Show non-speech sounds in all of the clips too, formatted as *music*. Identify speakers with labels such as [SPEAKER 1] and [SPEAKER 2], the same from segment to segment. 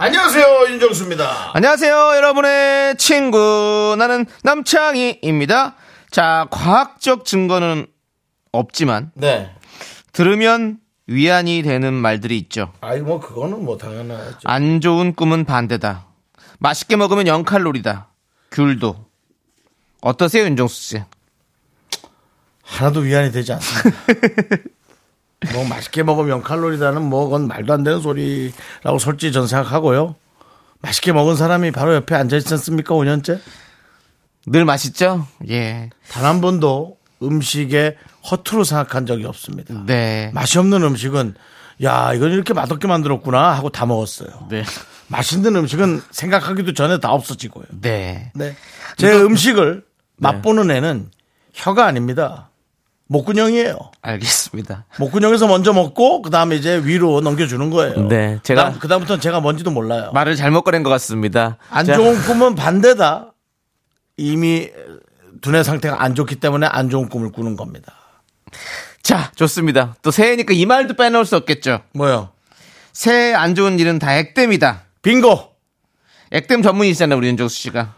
[SPEAKER 1] 안녕하세요 윤정수입니다.
[SPEAKER 2] 안녕하세요, 여러분의 친구. 나는 남창희입니다. 자, 과학적 증거는 없지만,
[SPEAKER 1] 네.
[SPEAKER 2] 들으면 위안이 되는 말들이 있죠.
[SPEAKER 1] 아이 뭐 그거는 뭐 당연하죠.
[SPEAKER 2] 안 좋은 꿈은 반대다. 맛있게 먹으면 0칼로리다. 귤도. 어떠세요, 윤정수 씨?
[SPEAKER 1] 하나도 위안이 되지
[SPEAKER 2] *laughs*
[SPEAKER 1] 않습니다. 뭐 맛있게 먹으면 0칼로리다는 뭐 그건 말도 안 되는 소리라고 솔직히 전 생각하고요. 맛있게 먹은 사람이 바로 옆에 앉아있지 않습니까? 5년째?
[SPEAKER 2] 늘 맛있죠? 예.
[SPEAKER 1] 단 한 번도 음식에 허투루 생각한 적이 없습니다.
[SPEAKER 2] 네.
[SPEAKER 1] 맛이 없는 음식은 야 이건 이렇게 맛없게 만들었구나 하고 다 먹었어요.
[SPEAKER 2] 네.
[SPEAKER 1] 맛있는 음식은 생각하기도 전에 다 없어지고요.
[SPEAKER 2] 네.
[SPEAKER 1] 네. 제 음식을 맛보는 애는 혀가 아닙니다. 목구멍이에요.
[SPEAKER 2] 알겠습니다.
[SPEAKER 1] 목구멍에서 먼저 먹고 그 다음에 이제 위로 넘겨주는 거예요.
[SPEAKER 2] 네, 제가-
[SPEAKER 1] 그다음, 그다음부터는 제가 뭔지도 몰라요.
[SPEAKER 2] 말을 잘못 꺼낸 것 같습니다.
[SPEAKER 1] 안
[SPEAKER 2] 자,
[SPEAKER 1] 좋은 꿈은 반대다. 이미 두뇌 상태가 안 좋기 때문에 안 좋은 꿈을 꾸는 겁니다.
[SPEAKER 2] 자, 좋습니다. 또 새해니까 이 말도 빼놓을 수 없겠죠.
[SPEAKER 1] 뭐요?
[SPEAKER 2] 새해 안 좋은 일은 다 액땜이다.
[SPEAKER 1] 빙고.
[SPEAKER 2] 액땜 전문이시잖아요, 우리 윤정수 씨가.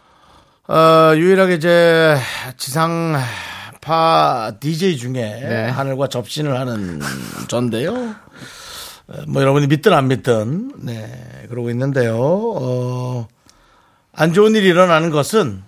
[SPEAKER 1] 어, 유일하게 이제 지상파 DJ 중에
[SPEAKER 2] 네.
[SPEAKER 1] 하늘과 접신을 하는 전데요. 어, 뭐 여러분이 믿든 안 믿든 네 그러고 있는데요. 어, 안 좋은 일이 일어나는 것은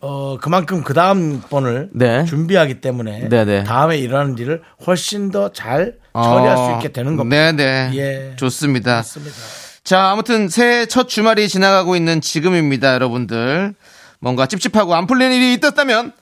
[SPEAKER 1] 어 그만큼 그 다음 번을
[SPEAKER 2] 네.
[SPEAKER 1] 준비하기 때문에
[SPEAKER 2] 네네. 어.
[SPEAKER 1] 다음에 일어나는 일을 훨씬 더 잘 어. 처리할 수 있게 되는 겁니다.
[SPEAKER 2] 네네.
[SPEAKER 1] 예.
[SPEAKER 2] 좋습니다.
[SPEAKER 1] 맞습니다.
[SPEAKER 2] 자, 아무튼 새해 첫 주말이 지나가고 있는 지금입니다, 여러분들. 뭔가 찝찝하고 안 풀린 일이 있었다면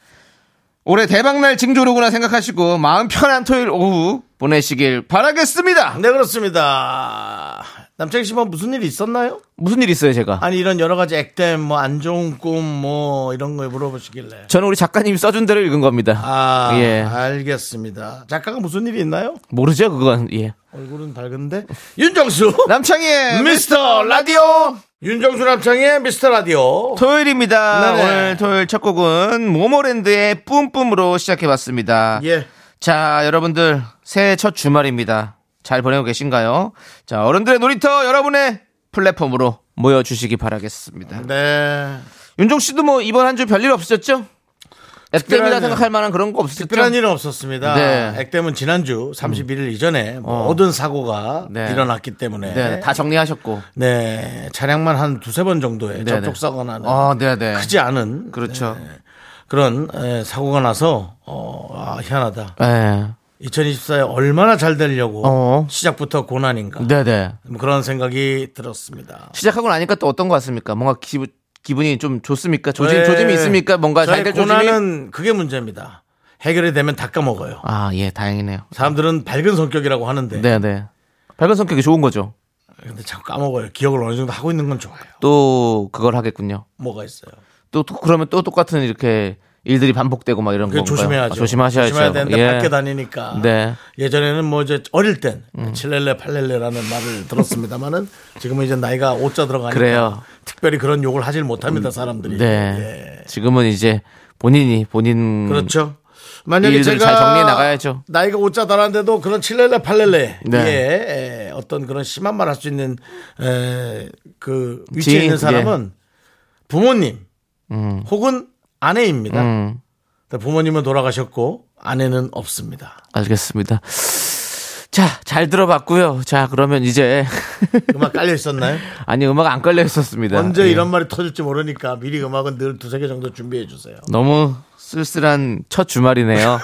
[SPEAKER 2] 올해 대박날 징조로구나 생각하시고 마음 편한 토요일 오후 보내시길 바라겠습니다.
[SPEAKER 1] 네 그렇습니다. 남창희 씨뭐 무슨 일이 있었나요?
[SPEAKER 2] 무슨 일 있어요, 제가?
[SPEAKER 1] 아니 이런 여러 가지 액땜 뭐 안 좋은 꿈 뭐 이런 거 물어보시길래
[SPEAKER 2] 저는 우리 작가님이 써준 대로 읽은 겁니다.
[SPEAKER 1] 아
[SPEAKER 2] 예.
[SPEAKER 1] 알겠습니다 작가가 무슨 일이 있나요?
[SPEAKER 2] 모르죠, 그건. 예.
[SPEAKER 1] 얼굴은 밝은데 윤정수
[SPEAKER 2] 남창희의
[SPEAKER 1] 미스터 라디오 윤정수 남창의 미스터 라디오
[SPEAKER 2] 토요일입니다.
[SPEAKER 1] 네네.
[SPEAKER 2] 오늘 토요일 첫 곡은 모모랜드의 뿜뿜으로 시작해봤습니다.
[SPEAKER 1] 예
[SPEAKER 2] 자, 여러분들 새해 첫 주말입니다. 잘 보내고 계신가요? 자, 어른들의 놀이터 여러분의 플랫폼으로 모여주시기 바라겠습니다.
[SPEAKER 1] 네.
[SPEAKER 2] 윤종 씨도 뭐 이번 한 주 별일 없으셨죠? 액땜이라
[SPEAKER 1] 특별한
[SPEAKER 2] 생각할 만한 그런 거 없으셨죠?
[SPEAKER 1] 특별한 일은 없었습니다.
[SPEAKER 2] 네. 어.
[SPEAKER 1] 액땜은 지난주 31일 이전에 모든 사고가
[SPEAKER 2] 네.
[SPEAKER 1] 일어났기 때문에
[SPEAKER 2] 네, 다 정리하셨고.
[SPEAKER 1] 네, 차량만 한 두세 번 정도의
[SPEAKER 2] 네네.
[SPEAKER 1] 접촉사고 나는
[SPEAKER 2] 아, 네, 네.
[SPEAKER 1] 크지 않은
[SPEAKER 2] 그렇죠.
[SPEAKER 1] 네, 그런 에, 사고가 나서 어, 아, 희한하다.
[SPEAKER 2] 네,
[SPEAKER 1] 2024에 얼마나 잘 되려고
[SPEAKER 2] 어.
[SPEAKER 1] 시작부터 고난인가
[SPEAKER 2] 네, 네.
[SPEAKER 1] 뭐 그런 생각이 들었습니다.
[SPEAKER 2] 시작하고 나니까 또 어떤 거 같습니까? 뭔가 기분 기분이 좀 좋습니까? 조짐
[SPEAKER 1] 저의-
[SPEAKER 2] 조짐이 있습니까? 뭔가
[SPEAKER 1] 네. 저의
[SPEAKER 2] 잘될 조짐이.
[SPEAKER 1] 고난은 그게 문제입니다. 해결이 되면 닦아 먹어요.
[SPEAKER 2] 아, 예, 다행이네요.
[SPEAKER 1] 사람들은 밝은 성격이라고 하는데
[SPEAKER 2] 네, 네. 밝은 성격이 좋은 거죠.
[SPEAKER 1] 근데 자꾸 까먹어요. 기억을 어느 정도 하고 있는 건 좋아요.
[SPEAKER 2] 또 그걸 하겠군요.
[SPEAKER 1] 뭐가 있어요?
[SPEAKER 2] 또, 또 그러면 또 똑같은 이렇게 일들이 반복되고 막 이런
[SPEAKER 1] 그
[SPEAKER 2] 건가요?
[SPEAKER 1] 조심해야죠.
[SPEAKER 2] 아, 조심하셔야죠.
[SPEAKER 1] 조심해야 되는데
[SPEAKER 2] 예.
[SPEAKER 1] 밖에 다니니까.
[SPEAKER 2] 네. 음.
[SPEAKER 1] 예전에는 뭐 이제 어릴 땐 칠렐레 팔렐레라는 말을 들었습니다만은 지금은 이제 나이가 5자 들어가니까
[SPEAKER 2] 그래요.
[SPEAKER 1] 특별히 그런 욕을 하질 못합니다 사람들이.
[SPEAKER 2] 네.
[SPEAKER 1] 예.
[SPEAKER 2] 지금은 이제 본인이 본인
[SPEAKER 1] 그렇죠. 만약에
[SPEAKER 2] 일들을
[SPEAKER 1] 제가
[SPEAKER 2] 잘 정리해 나가야죠.
[SPEAKER 1] 나이가 5자 달았는데도 그런 칠렐레 팔렐레
[SPEAKER 2] 네.
[SPEAKER 1] 예, 예, 어떤 그런 심한 말 할 수 있는 에, 그 위치에
[SPEAKER 2] 지인, 예.
[SPEAKER 1] 있는 사람은 부모님
[SPEAKER 2] 음.
[SPEAKER 1] 혹은 아내입니다.
[SPEAKER 2] 음,
[SPEAKER 1] 근데 부모님은 돌아가셨고 아내는 없습니다.
[SPEAKER 2] 알겠습니다. 자, 잘 들어봤고요. 자,
[SPEAKER 1] *laughs*
[SPEAKER 2] 그러면 이제
[SPEAKER 1] 음악 깔려
[SPEAKER 2] *laughs*
[SPEAKER 1] 있었나요?
[SPEAKER 2] 아니 음악 안 깔려 있었습니다.
[SPEAKER 1] 언제
[SPEAKER 2] 예.
[SPEAKER 1] 이런 말이 터질지 모르니까 미리 음악은 늘 두세 개 정도 준비해 주세요.
[SPEAKER 2] 너무 쓸쓸한
[SPEAKER 1] *laughs*
[SPEAKER 2] 첫 주말이네요.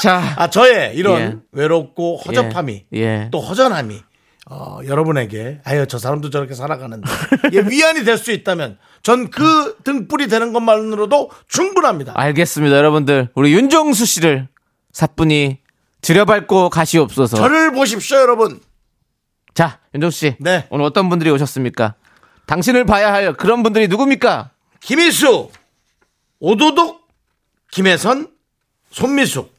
[SPEAKER 2] 자,
[SPEAKER 1] 아, 저의 이런
[SPEAKER 2] 예.
[SPEAKER 1] 외롭고 아, 허접함이
[SPEAKER 2] 예, 예.
[SPEAKER 1] 또 허전함이 어, 여러분에게 아유, 저 사람도 저렇게 살아가는데 예, 위안이 될 수 있다면 전 그 등불이 되는 것만으로도 충분합니다.
[SPEAKER 2] 알겠습니다, 여러분들. 우리 윤정수 씨를 사뿐히 들여밟고 가시옵소서.
[SPEAKER 1] 저를 보십시오, 여러분.
[SPEAKER 2] 자, 윤정수 씨.
[SPEAKER 1] 네.
[SPEAKER 2] 오늘 어떤 분들이 오셨습니까? 당신을 봐야 할 그런 분들이 누굽니까?
[SPEAKER 1] 김일수, 오도독, 김혜선, 손미숙,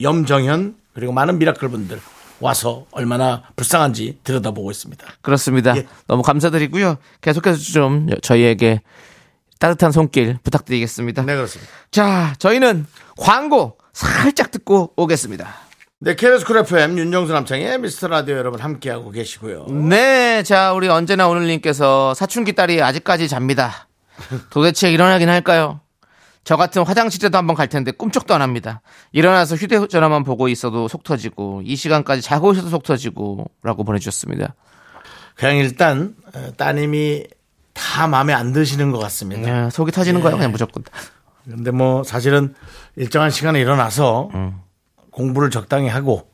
[SPEAKER 1] 염정현 그리고 많은 미라클 분들 와서 얼마나 불쌍한지 들여다보고 있습니다.
[SPEAKER 2] 그렇습니다.
[SPEAKER 1] 예.
[SPEAKER 2] 너무 감사드리고요. 계속해서 좀 저희에게 따뜻한 손길 부탁드리겠습니다.
[SPEAKER 1] 네 그렇습니다.
[SPEAKER 2] 자, 저희는 광고 살짝 듣고 오겠습니다.
[SPEAKER 1] 네 KBS 쿨 FM 윤정수 남창의 미스터 라디오 여러분 함께하고 계시고요.
[SPEAKER 2] 네, 자, 우리 언제나 오늘님께서 사춘기 딸이 아직까지 잡니다. 도대체 일어나긴 할까요? 저 같은 화장실에도 한번 갈 텐데 꿈쩍도 안 합니다. 일어나서 휴대전화만 보고 있어도 속 터지고, 이 시간까지 자고 있어도 속 터지고, 라고 보내주셨습니다.
[SPEAKER 1] 그냥 일단 어, 따님이 다 마음에 안 드시는 것 같습니다.
[SPEAKER 2] 네, 속이 터지는 거예요, 그냥 무조건.
[SPEAKER 1] 근데 뭐 사실은 일정한 시간에 일어나서 공부를 적당히 하고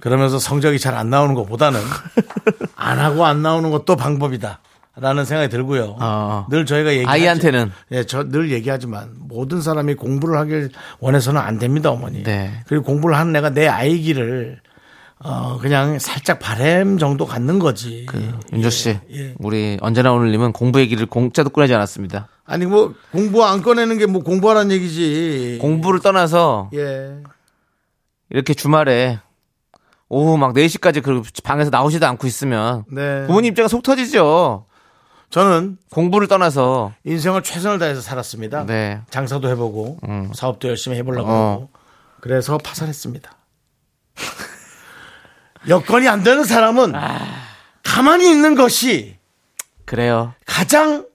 [SPEAKER 1] 그러면서 성적이 잘 안 나오는
[SPEAKER 2] *laughs*
[SPEAKER 1] 것보다는 안 하고 안 나오는 것도 방법이다. 라는 생각이 들고요.
[SPEAKER 2] 어.
[SPEAKER 1] 늘 저희가 얘기
[SPEAKER 2] 아이한테는?
[SPEAKER 1] 예, 저 늘 얘기하지만 모든 사람이 공부를 하길 원해서는 안 됩니다, 어머니.
[SPEAKER 2] 네.
[SPEAKER 1] 그리고 공부를 하는 애가 내 아이기를 어 그냥 살짝 바램 정도 갖는 거지.
[SPEAKER 2] 윤조 씨,
[SPEAKER 1] 예.
[SPEAKER 2] 우리 언제나 오늘님은 공부 얘기를 공짜도 꺼내지 않았습니다.
[SPEAKER 1] 아니 뭐 공부 안 꺼내는 게 뭐 공부하라는 얘기지.
[SPEAKER 2] 공부를 떠나서
[SPEAKER 1] 예.
[SPEAKER 2] 이렇게 주말에 오후 막 4시까지 그 방에서 나오지도 않고 있으면
[SPEAKER 1] 네.
[SPEAKER 2] 부모님 입장에 속 터지죠.
[SPEAKER 1] 저는
[SPEAKER 2] 공부를 떠나서
[SPEAKER 1] 인생을 최선을 다해서 살았습니다.
[SPEAKER 2] 네. 음.
[SPEAKER 1] 장사도 해보고 사업도 열심히 해보려고
[SPEAKER 2] 어.
[SPEAKER 1] 하고 그래서 파산했습니다. *laughs* 여건이 안 되는 사람은
[SPEAKER 2] 아.
[SPEAKER 1] 가만히 있는 것이
[SPEAKER 2] 그래요.
[SPEAKER 1] 가장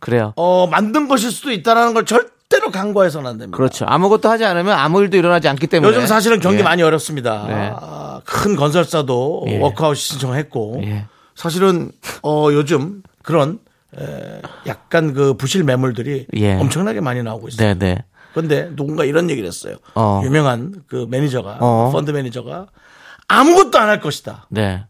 [SPEAKER 2] 그래요.
[SPEAKER 1] 어, 만든 것일 수도 있다라는 걸 절대로 간과해서는 안 됩니다.
[SPEAKER 2] 그렇죠. 아무것도 하지 않으면 아무 일도 일어나지 않기 때문에
[SPEAKER 1] 요즘 사실은 경기
[SPEAKER 2] 예.
[SPEAKER 1] 많이 어렵습니다.
[SPEAKER 2] 네.
[SPEAKER 1] 아, 큰 건설사도
[SPEAKER 2] 예.
[SPEAKER 1] 워크아웃 신청했고
[SPEAKER 2] 예.
[SPEAKER 1] 사실은 어, 요즘 그런 에, 약간 그 부실 매물들이
[SPEAKER 2] 예.
[SPEAKER 1] 엄청나게 많이 나오고 있어요.
[SPEAKER 2] 네, 네.
[SPEAKER 1] 근데 누군가 이런 얘기를 했어요.
[SPEAKER 2] 어.
[SPEAKER 1] 유명한 그 매니저가
[SPEAKER 2] 어.
[SPEAKER 1] 펀드 매니저가 아무것도 안 할 것이다.
[SPEAKER 2] 네.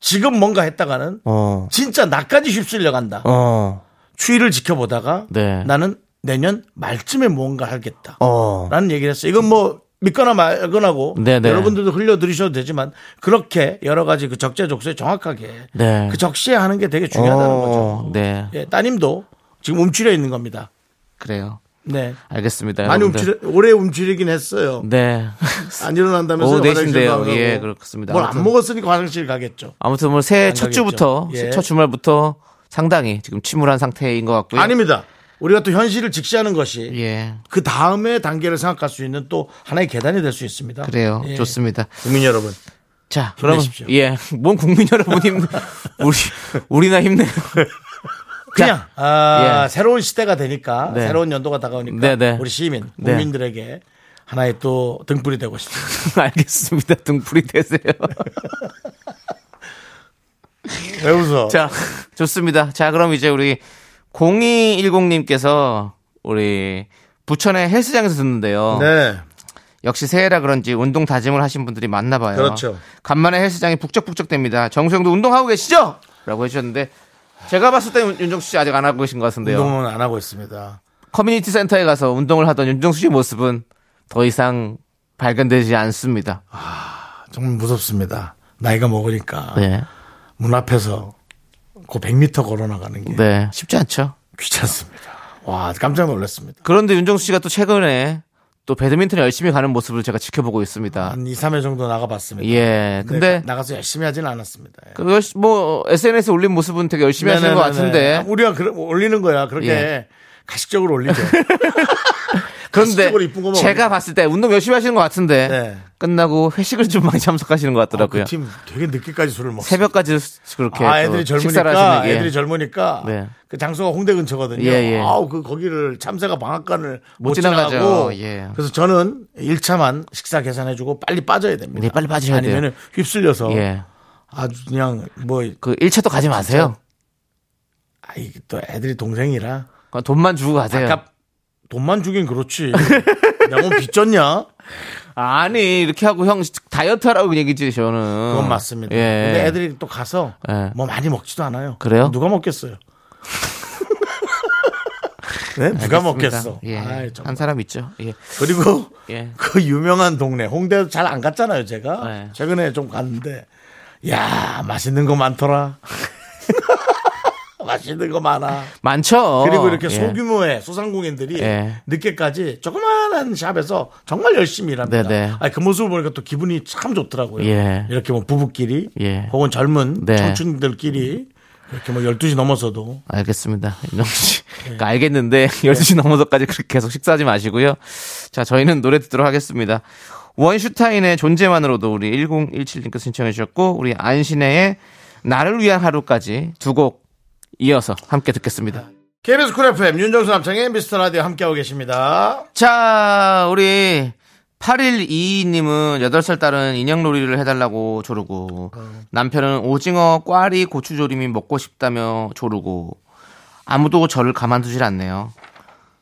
[SPEAKER 1] 지금 뭔가 했다가는
[SPEAKER 2] 어.
[SPEAKER 1] 진짜 나까지 휩쓸려 간다.
[SPEAKER 2] 어.
[SPEAKER 1] 추이를 지켜보다가
[SPEAKER 2] 네.
[SPEAKER 1] 나는 내년 말쯤에 뭔가 하겠다.
[SPEAKER 2] 어.
[SPEAKER 1] 라는 얘기를 했어요. 이건 뭐 믿거나 말거나고
[SPEAKER 2] 네네.
[SPEAKER 1] 여러분들도 흘려 들으셔도 되지만 그렇게 여러 가지 그 적재적소에 정확하게
[SPEAKER 2] 네.
[SPEAKER 1] 그 적시에 하는 게 되게 중요하다는 거죠.
[SPEAKER 2] 네.
[SPEAKER 1] 예, 따님도 지금 움츠려 있는 겁니다.
[SPEAKER 2] 그래요.
[SPEAKER 1] 네.
[SPEAKER 2] 알겠습니다.
[SPEAKER 1] 많이
[SPEAKER 2] 여러분들.
[SPEAKER 1] 움츠려 오래 움츠리긴 했어요.
[SPEAKER 2] 네. *laughs*
[SPEAKER 1] 안 일어난다면서
[SPEAKER 2] 오후
[SPEAKER 1] 요
[SPEAKER 2] 4시인데요. 예, 그렇습니다.
[SPEAKER 1] 뭘안
[SPEAKER 2] 아무튼.
[SPEAKER 1] 먹었으니까 화장실 가겠죠.
[SPEAKER 2] 아무튼 뭐 새
[SPEAKER 1] 안
[SPEAKER 2] 첫
[SPEAKER 1] 가겠죠.
[SPEAKER 2] 주부터
[SPEAKER 1] 예.
[SPEAKER 2] 첫 주말부터 상당히 지금 침울한 상태인 것 같고요.
[SPEAKER 1] 아닙니다. 우리가 또 현실을 직시하는 것이
[SPEAKER 2] 예.
[SPEAKER 1] 그 다음의 단계를 생각할 수 있는 또 하나의 계단이 될 수 있습니다.
[SPEAKER 2] 그래요.
[SPEAKER 1] 예.
[SPEAKER 2] 좋습니다.
[SPEAKER 1] 국민 여러분.
[SPEAKER 2] 자, 그럼
[SPEAKER 1] 힘내십시오.
[SPEAKER 2] 예, *laughs* 뭔 국민 여러분
[SPEAKER 1] *laughs*
[SPEAKER 2] 힘 우리 우리나 힘내요.
[SPEAKER 1] 그냥
[SPEAKER 2] 자,
[SPEAKER 1] 아,
[SPEAKER 2] 예.
[SPEAKER 1] 새로운 시대가 되니까
[SPEAKER 2] 네.
[SPEAKER 1] 새로운 연도가 다가오니까
[SPEAKER 2] 네, 네.
[SPEAKER 1] 우리 시민
[SPEAKER 2] 네.
[SPEAKER 1] 국민들에게 하나의 또 등불이 되고 싶습니다. *laughs*
[SPEAKER 2] *laughs* 알겠습니다. 등불이 되세요. *laughs*
[SPEAKER 1] 왜 웃어?
[SPEAKER 2] 자, 좋습니다. 자, 그럼 이제 우리 0210님께서 우리 부천의 헬스장에서 듣는데요.
[SPEAKER 1] 네.
[SPEAKER 2] 역시 새해라 그런지 운동 다짐을 하신 분들이 많나 봐요.
[SPEAKER 1] 그렇죠.
[SPEAKER 2] 간만에 헬스장이 북적북적됩니다. 정수영도 운동하고 계시죠? 라고 해주셨는데 제가 봤을 때 윤- 윤정수 씨 아직 안 하고 계신 것 같은데요.
[SPEAKER 1] 운동은 안 하고 있습니다.
[SPEAKER 2] 커뮤니티 센터에 가서 운동을 하던 윤정수 씨 모습은 더 이상 발견되지 않습니다.
[SPEAKER 1] 정말 무섭습니다. 나이가 먹으니까
[SPEAKER 2] 네.
[SPEAKER 1] 문 앞에서 그 100m 걸어 나가는 게
[SPEAKER 2] 네. 쉽지 않죠.
[SPEAKER 1] 귀찮습니다. 와 깜짝 놀랐습니다.
[SPEAKER 2] 그런데 윤정수 씨가 또 최근에 또 배드민턴을 열심히 가는 모습을 제가 지켜보고 있습니다.
[SPEAKER 1] 한 2, 3회 정도 나가봤습니다.
[SPEAKER 2] 예.
[SPEAKER 1] 근데
[SPEAKER 2] 근데
[SPEAKER 1] 아, 네. 나가서 열심히 하진 않았습니다. 예.
[SPEAKER 2] 그 열시- 뭐 SNS에 올린 모습은 되게 열심히 하시는 것
[SPEAKER 1] 네네네네. 아,
[SPEAKER 2] 같은데
[SPEAKER 1] 우리가 그 올리는 거야. 그렇게
[SPEAKER 2] 예.
[SPEAKER 1] 가식적으로
[SPEAKER 2] *laughs*
[SPEAKER 1] 올리죠.
[SPEAKER 2] 그런데
[SPEAKER 1] 가식적으로 이쁜 거만 뭐.
[SPEAKER 2] 제가 봤을 때 운동 열심히 하시는 것 같은데
[SPEAKER 1] 네.
[SPEAKER 2] 끝나고 회식을 좀 많이 참석하시는 것 같더라고요.
[SPEAKER 1] 그 팀 되게 늦게까지 술을 먹어.
[SPEAKER 2] 새벽까지 그렇게
[SPEAKER 1] 아,
[SPEAKER 2] 또
[SPEAKER 1] 애들이
[SPEAKER 2] 식사를
[SPEAKER 1] 젊으니까
[SPEAKER 2] 하시는 게
[SPEAKER 1] 애들이 젊으니까
[SPEAKER 2] 네.
[SPEAKER 1] 그 장소가 홍대 근처거든요.
[SPEAKER 2] 예, 예.
[SPEAKER 1] 아우 그 거기를 참새가 방앗간을 못,
[SPEAKER 2] 못 지나가죠.
[SPEAKER 1] 지나가고
[SPEAKER 2] 예.
[SPEAKER 1] 그래서 저는 1차만 식사 계산해주고 빨리 빠져야 됩니다.
[SPEAKER 2] 네, 빨리 빠져야 돼요.
[SPEAKER 1] 아니면 휩쓸려서
[SPEAKER 2] 예.
[SPEAKER 1] 아주 그냥 뭐
[SPEAKER 2] 그 1차도 가지 마세요.
[SPEAKER 1] 아이 또 애들이 동생이라
[SPEAKER 2] 그냥 돈만 주고 가세요.
[SPEAKER 1] 아까 돈만 주긴 그렇지. 내가 뭐 빚졌냐?
[SPEAKER 2] 아니 이렇게 하고 형 다이어트 하라고 얘기지 저는.
[SPEAKER 1] 그건 맞습니다.
[SPEAKER 2] 예.
[SPEAKER 1] 근데 애들이 또 가서
[SPEAKER 2] 예.
[SPEAKER 1] 뭐 많이 먹지도 않아요.
[SPEAKER 2] 그래요?
[SPEAKER 1] 누가
[SPEAKER 2] *laughs*
[SPEAKER 1] 먹겠어요? 네? 누가 먹겠어?
[SPEAKER 2] 예.
[SPEAKER 1] 아이, 정말.
[SPEAKER 2] 한 사람 있죠. 예.
[SPEAKER 1] 그리고
[SPEAKER 2] 예.
[SPEAKER 1] 그 유명한 동네 홍대도 잘 안 갔잖아요. 제가
[SPEAKER 2] 네.
[SPEAKER 1] 최근에 좀 갔는데 야 *laughs* 맛있는 거 많더라. 맛있는 거 많아.
[SPEAKER 2] 많죠.
[SPEAKER 1] 그리고 이렇게
[SPEAKER 2] 예.
[SPEAKER 1] 소규모의 소상공인들이
[SPEAKER 2] 예.
[SPEAKER 1] 늦게까지 조그마한 샵에서 정말 열심히 일합니다.
[SPEAKER 2] 네네.
[SPEAKER 1] 아니, 그 모습을 보니까 또 기분이 참 좋더라고요.
[SPEAKER 2] 예.
[SPEAKER 1] 이렇게 뭐 부부끼리
[SPEAKER 2] 예.
[SPEAKER 1] 혹은 젊은
[SPEAKER 2] 네.
[SPEAKER 1] 청춘들끼리 이렇게 뭐 12시 넘어서도
[SPEAKER 2] 알겠습니다.
[SPEAKER 1] *laughs*
[SPEAKER 2] 윤정 씨.
[SPEAKER 1] 네.
[SPEAKER 2] 그러니까 알겠는데 12시 넘어서까지 그렇게 계속 식사하지 마시고요. 자, 저희는 노래 듣도록 하겠습니다. 원슈타인의 존재만으로도 우리 1017님께서 신청해 주셨고 우리 안신혜의 나를 위한 하루까지 두 곡 이어서 함께 듣겠습니다.
[SPEAKER 1] KBS 쿨 FM 윤정수 남창의 미스터 라디오 함께하고 계십니다.
[SPEAKER 2] 자, 우리 8122님은 8살 딸은 인형놀이를 해달라고 조르고,
[SPEAKER 1] 어.
[SPEAKER 2] 남편은 오징어, 꽈리, 고추조림이 먹고 싶다며 조르고, 아무도 저를 가만두질 않네요.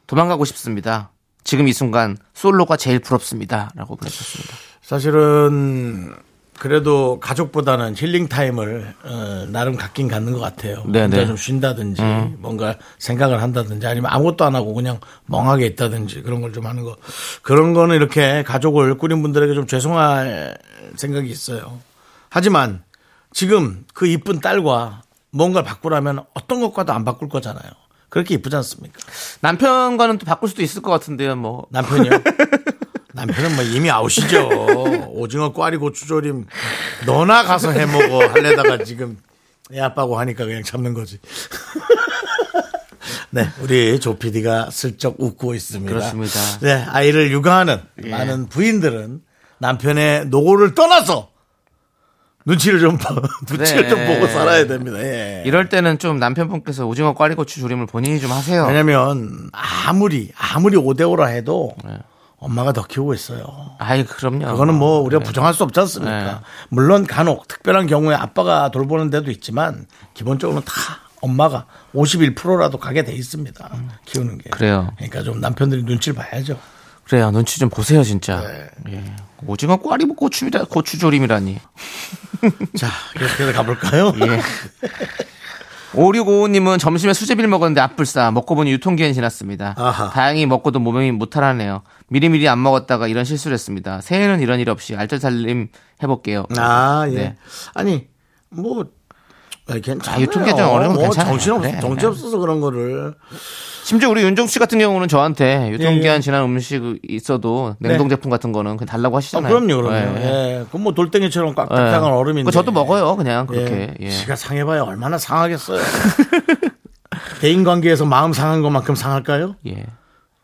[SPEAKER 2] 도망가고 싶습니다. 지금 이 순간 솔로가 제일 부럽습니다. 라고 보내셨습니다.
[SPEAKER 1] 사실은 그래도 가족보다는 힐링 타임을 어, 나름 갖긴 갖는 것 같아요.
[SPEAKER 2] 네네. 음.
[SPEAKER 1] 혼자 좀 쉰다든지 뭔가 생각을 한다든지 아니면 아무것도 안 하고 그냥 멍하게 있다든지 그런 걸 좀 하는 거 그런 거는 이렇게 가족을 꾸린 분들에게 좀 죄송할 생각이 있어요. 하지만 지금 그 이쁜 딸과 뭔가 바꾸라면 어떤 것과도 안 바꿀 거잖아요. 그렇게 이쁘지 않습니까?
[SPEAKER 2] 남편과는 또 바꿀 수도 있을 것 같은데요, 뭐.
[SPEAKER 1] 남편이요? *laughs* 남편은 뭐 이미 아웃이죠. 오징어 꽈리 고추조림 너나 가서 해 먹어 할래다가 지금 애 아빠고 하니까 그냥 참는 거지. *laughs* 네, 우리 조 PD가 슬쩍 웃고 있습니다.
[SPEAKER 2] 그렇습니다. 예.
[SPEAKER 1] 네, 아이를 육아하는 많은 부인들은 남편의 노고를 떠나서 눈치를 좀 봐- *laughs* 눈치를 좀
[SPEAKER 2] 네.
[SPEAKER 1] 보고 살아야 됩니다. 예.
[SPEAKER 2] 이럴 때는 좀 남편분께서 오징어, 꽈리, 고추조림을 본인이 좀 하세요.
[SPEAKER 1] 네. 왜냐면 아무리 아무리 오대오라 해도
[SPEAKER 2] 네.
[SPEAKER 1] 엄마가 더 키우고 있어요.
[SPEAKER 2] 아이, 그럼요.
[SPEAKER 1] 그거는 뭐 우리가
[SPEAKER 2] 네.
[SPEAKER 1] 부정할 수 없지 않습니까?
[SPEAKER 2] 네.
[SPEAKER 1] 물론 간혹 특별한 경우에 아빠가 돌보는 데도 있지만 기본적으로는 다 엄마가 51%라도 가게 돼 있습니다. 키우는 게.
[SPEAKER 2] 그래요.
[SPEAKER 1] 그러니까 좀 남편들이 눈치를 봐야죠.
[SPEAKER 2] 그래요. 눈치 좀 보세요, 진짜.
[SPEAKER 1] 네.
[SPEAKER 2] 예. 오징어 꽈리 뭐 고추이다, 고추조림이라니.
[SPEAKER 1] 자, 계속해서 가볼까요?
[SPEAKER 2] *laughs* 예. 5655님은 점심에 수제비를 먹었는데 앞불싸 먹고 보니 유통기한 지났습니다.
[SPEAKER 1] 아하.
[SPEAKER 2] 다행히 먹고도 몸이 무탈하네요. 미리미리 안 먹었다가 이런 실수를 했습니다. 새해는 이런 일 없이 알뜰살림 해볼게요.
[SPEAKER 1] *laughs* 아, 예.
[SPEAKER 2] 네.
[SPEAKER 1] 아니, 뭐 아니, 괜찮아요.
[SPEAKER 2] 아, 유통기한 좀 어려우면
[SPEAKER 1] 뭐
[SPEAKER 2] 괜찮아요. 네,
[SPEAKER 1] 정신 없,
[SPEAKER 2] 그래.
[SPEAKER 1] 정지 없어서 그런 거를 아,
[SPEAKER 2] 심지어 우리 윤종 씨 같은 경우는 저한테 유통기한
[SPEAKER 1] 예, 예.
[SPEAKER 2] 지난 음식 있어도 냉동 제품 같은 거는 그냥 달라고
[SPEAKER 1] 아,
[SPEAKER 2] 하시잖아요.
[SPEAKER 1] 그럼요, 그럼요.
[SPEAKER 2] 예, 예.
[SPEAKER 1] 예. 그건 뭐 돌덩이처럼 꽉딱딱한
[SPEAKER 2] 예.
[SPEAKER 1] 얼음인데.
[SPEAKER 2] 그거 저도 먹어요, 그냥 그렇게.
[SPEAKER 1] 예.
[SPEAKER 2] 예.
[SPEAKER 1] 지가 상해봐야 얼마나 상하겠어요. *laughs* 대인 관계에서 마음 상한 것만큼 상할까요?
[SPEAKER 2] 예.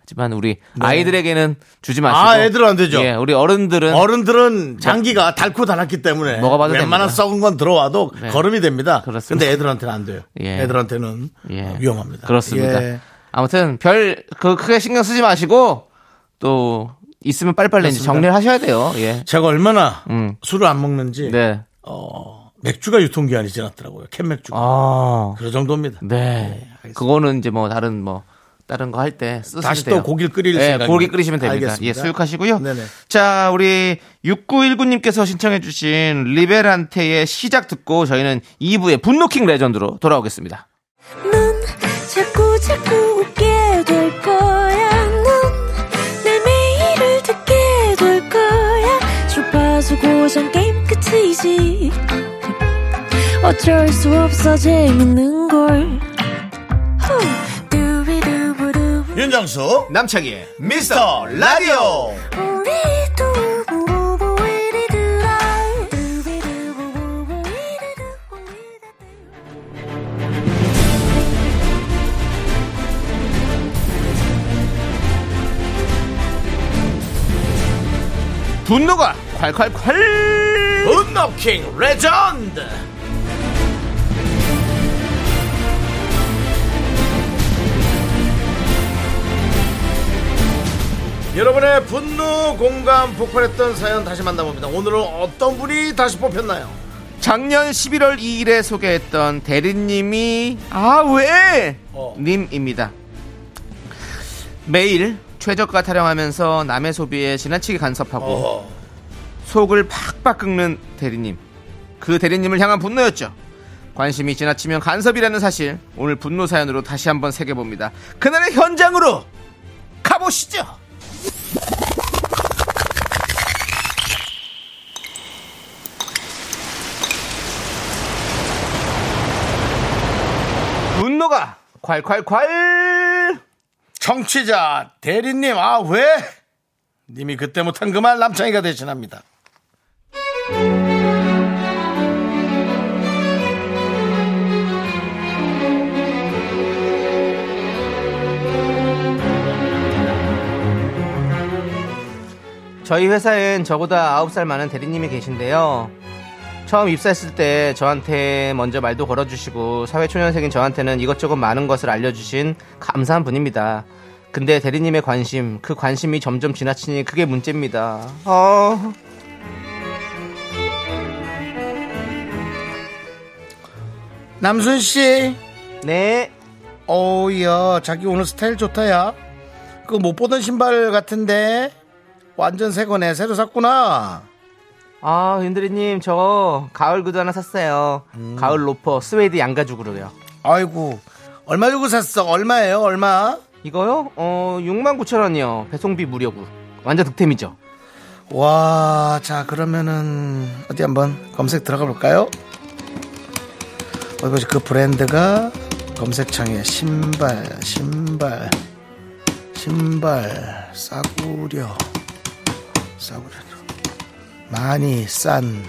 [SPEAKER 2] 하지만 우리 아이들에게는 주지 마시고.
[SPEAKER 1] 네. 아, 애들은 안 되죠?
[SPEAKER 2] 예, 우리 어른들은
[SPEAKER 1] 어른들은 장기가 닳고 닳았기 때문에
[SPEAKER 2] 뭐 먹어봐도
[SPEAKER 1] 웬만한
[SPEAKER 2] 됩니다.
[SPEAKER 1] 썩은 건 들어와도
[SPEAKER 2] 네.
[SPEAKER 1] 거름이 됩니다.
[SPEAKER 2] 그렇습니다.
[SPEAKER 1] 근데 애들한테는 안 돼요.
[SPEAKER 2] 예.
[SPEAKER 1] 애들한테는
[SPEAKER 2] 예.
[SPEAKER 1] 위험합니다.
[SPEAKER 2] 그렇습니다.
[SPEAKER 1] 예.
[SPEAKER 2] 아무튼 별 그 크게 신경 쓰지 마시고 또 있으면 빨리빨리 이제
[SPEAKER 1] 그렇습니다.
[SPEAKER 2] 정리를 하셔야 돼요. 예.
[SPEAKER 1] 제가 얼마나
[SPEAKER 2] 음.
[SPEAKER 1] 술을 안 먹는지
[SPEAKER 2] 네.
[SPEAKER 1] 어, 맥주가 유통기한이 지났더라고요. 캔 맥주가.
[SPEAKER 2] 아.
[SPEAKER 1] 그 정도입니다.
[SPEAKER 2] 네. 그거는 이제 뭐 다른 뭐 다른 거 할 때 쓰시면
[SPEAKER 1] 다시 또
[SPEAKER 2] 돼요.
[SPEAKER 1] 고기를 끓일
[SPEAKER 2] 예,
[SPEAKER 1] 생각입니다.
[SPEAKER 2] 고기 끓이시면 됩니다.
[SPEAKER 1] 알겠습니다.
[SPEAKER 2] 예, 수육하시고요.
[SPEAKER 1] 네네.
[SPEAKER 2] 자, 우리 6919님께서 신청해 주신 리베란테의 시작 듣고 저희는 2부의 분노킹 레전드로 돌아오겠습니다.
[SPEAKER 3] 넌 자꾸 자꾸 웃게 될 거야. 넌내 매일을 듣게 될 거야. 주파수 고정 게임 끝이지. 어쩔 수 없어 재밌는 걸. 후. 두비두부두부.
[SPEAKER 1] 윤정수
[SPEAKER 2] 남창희의
[SPEAKER 1] 미스터 라디오
[SPEAKER 3] 우리 두부부부 우리 두라. 두비두부부부 우리 두부 우리 두부.
[SPEAKER 2] 분노가 콸콸콸!
[SPEAKER 1] 분노킹 레전드 여러분의 분노 공감 폭발했던 사연 다시 만나봅니다. 오늘은 어떤 분이 다시 뽑혔나요?
[SPEAKER 2] 작년 11월 2일에 소개했던 대리님이 아 왜?
[SPEAKER 1] 어.
[SPEAKER 2] 님입니다. 매일 최저가 타령하면서 남의 소비에 지나치게 간섭하고
[SPEAKER 1] 어.
[SPEAKER 2] 속을 팍팍 긁는 대리님. 그 대리님을 향한 분노였죠. 관심이 지나치면 간섭이라는 사실 오늘 분노 사연으로 다시 한번 새겨봅니다. 그날의 현장으로 가보시죠. 분노 콸콸콸!
[SPEAKER 1] 청취자 대리님 아 왜? 님이 그때 못한 그 말 남창이가 대신합니다.
[SPEAKER 2] 저희 회사엔 저보다 9살 많은 대리님이 계신데요. 처음 입사했을 때 저한테 먼저 말도 걸어주시고 사회초년생인 저한테는 이것저것 많은 것을 알려주신 감사한 분입니다. 근데 대리님의 관심, 그 관심이 점점 지나치니 그게 문제입니다. 어...
[SPEAKER 1] 남순 씨,
[SPEAKER 2] 네.
[SPEAKER 1] 어우야 자기 오늘 스타일 좋다야. 그거 못 보던 신발 같은데 완전 새 거네 새로 샀구나.
[SPEAKER 2] 아, 윤대리님, 저 가을 구두 하나 샀어요. 가을 로퍼, 스웨이드 양가죽으로요.
[SPEAKER 1] 아이고 얼마 주고 샀어? 얼마예요? 얼마?
[SPEAKER 2] 이거요? 어, 69,000원이요. 배송비 무료고. 완전 득템이죠.
[SPEAKER 1] 와, 자 그러면은 어디 한번 검색 들어가 볼까요? 어디 보지 그 브랜드가 검색창에 신발, 신발, 신발 싸구려, 싸구려, 많이 싼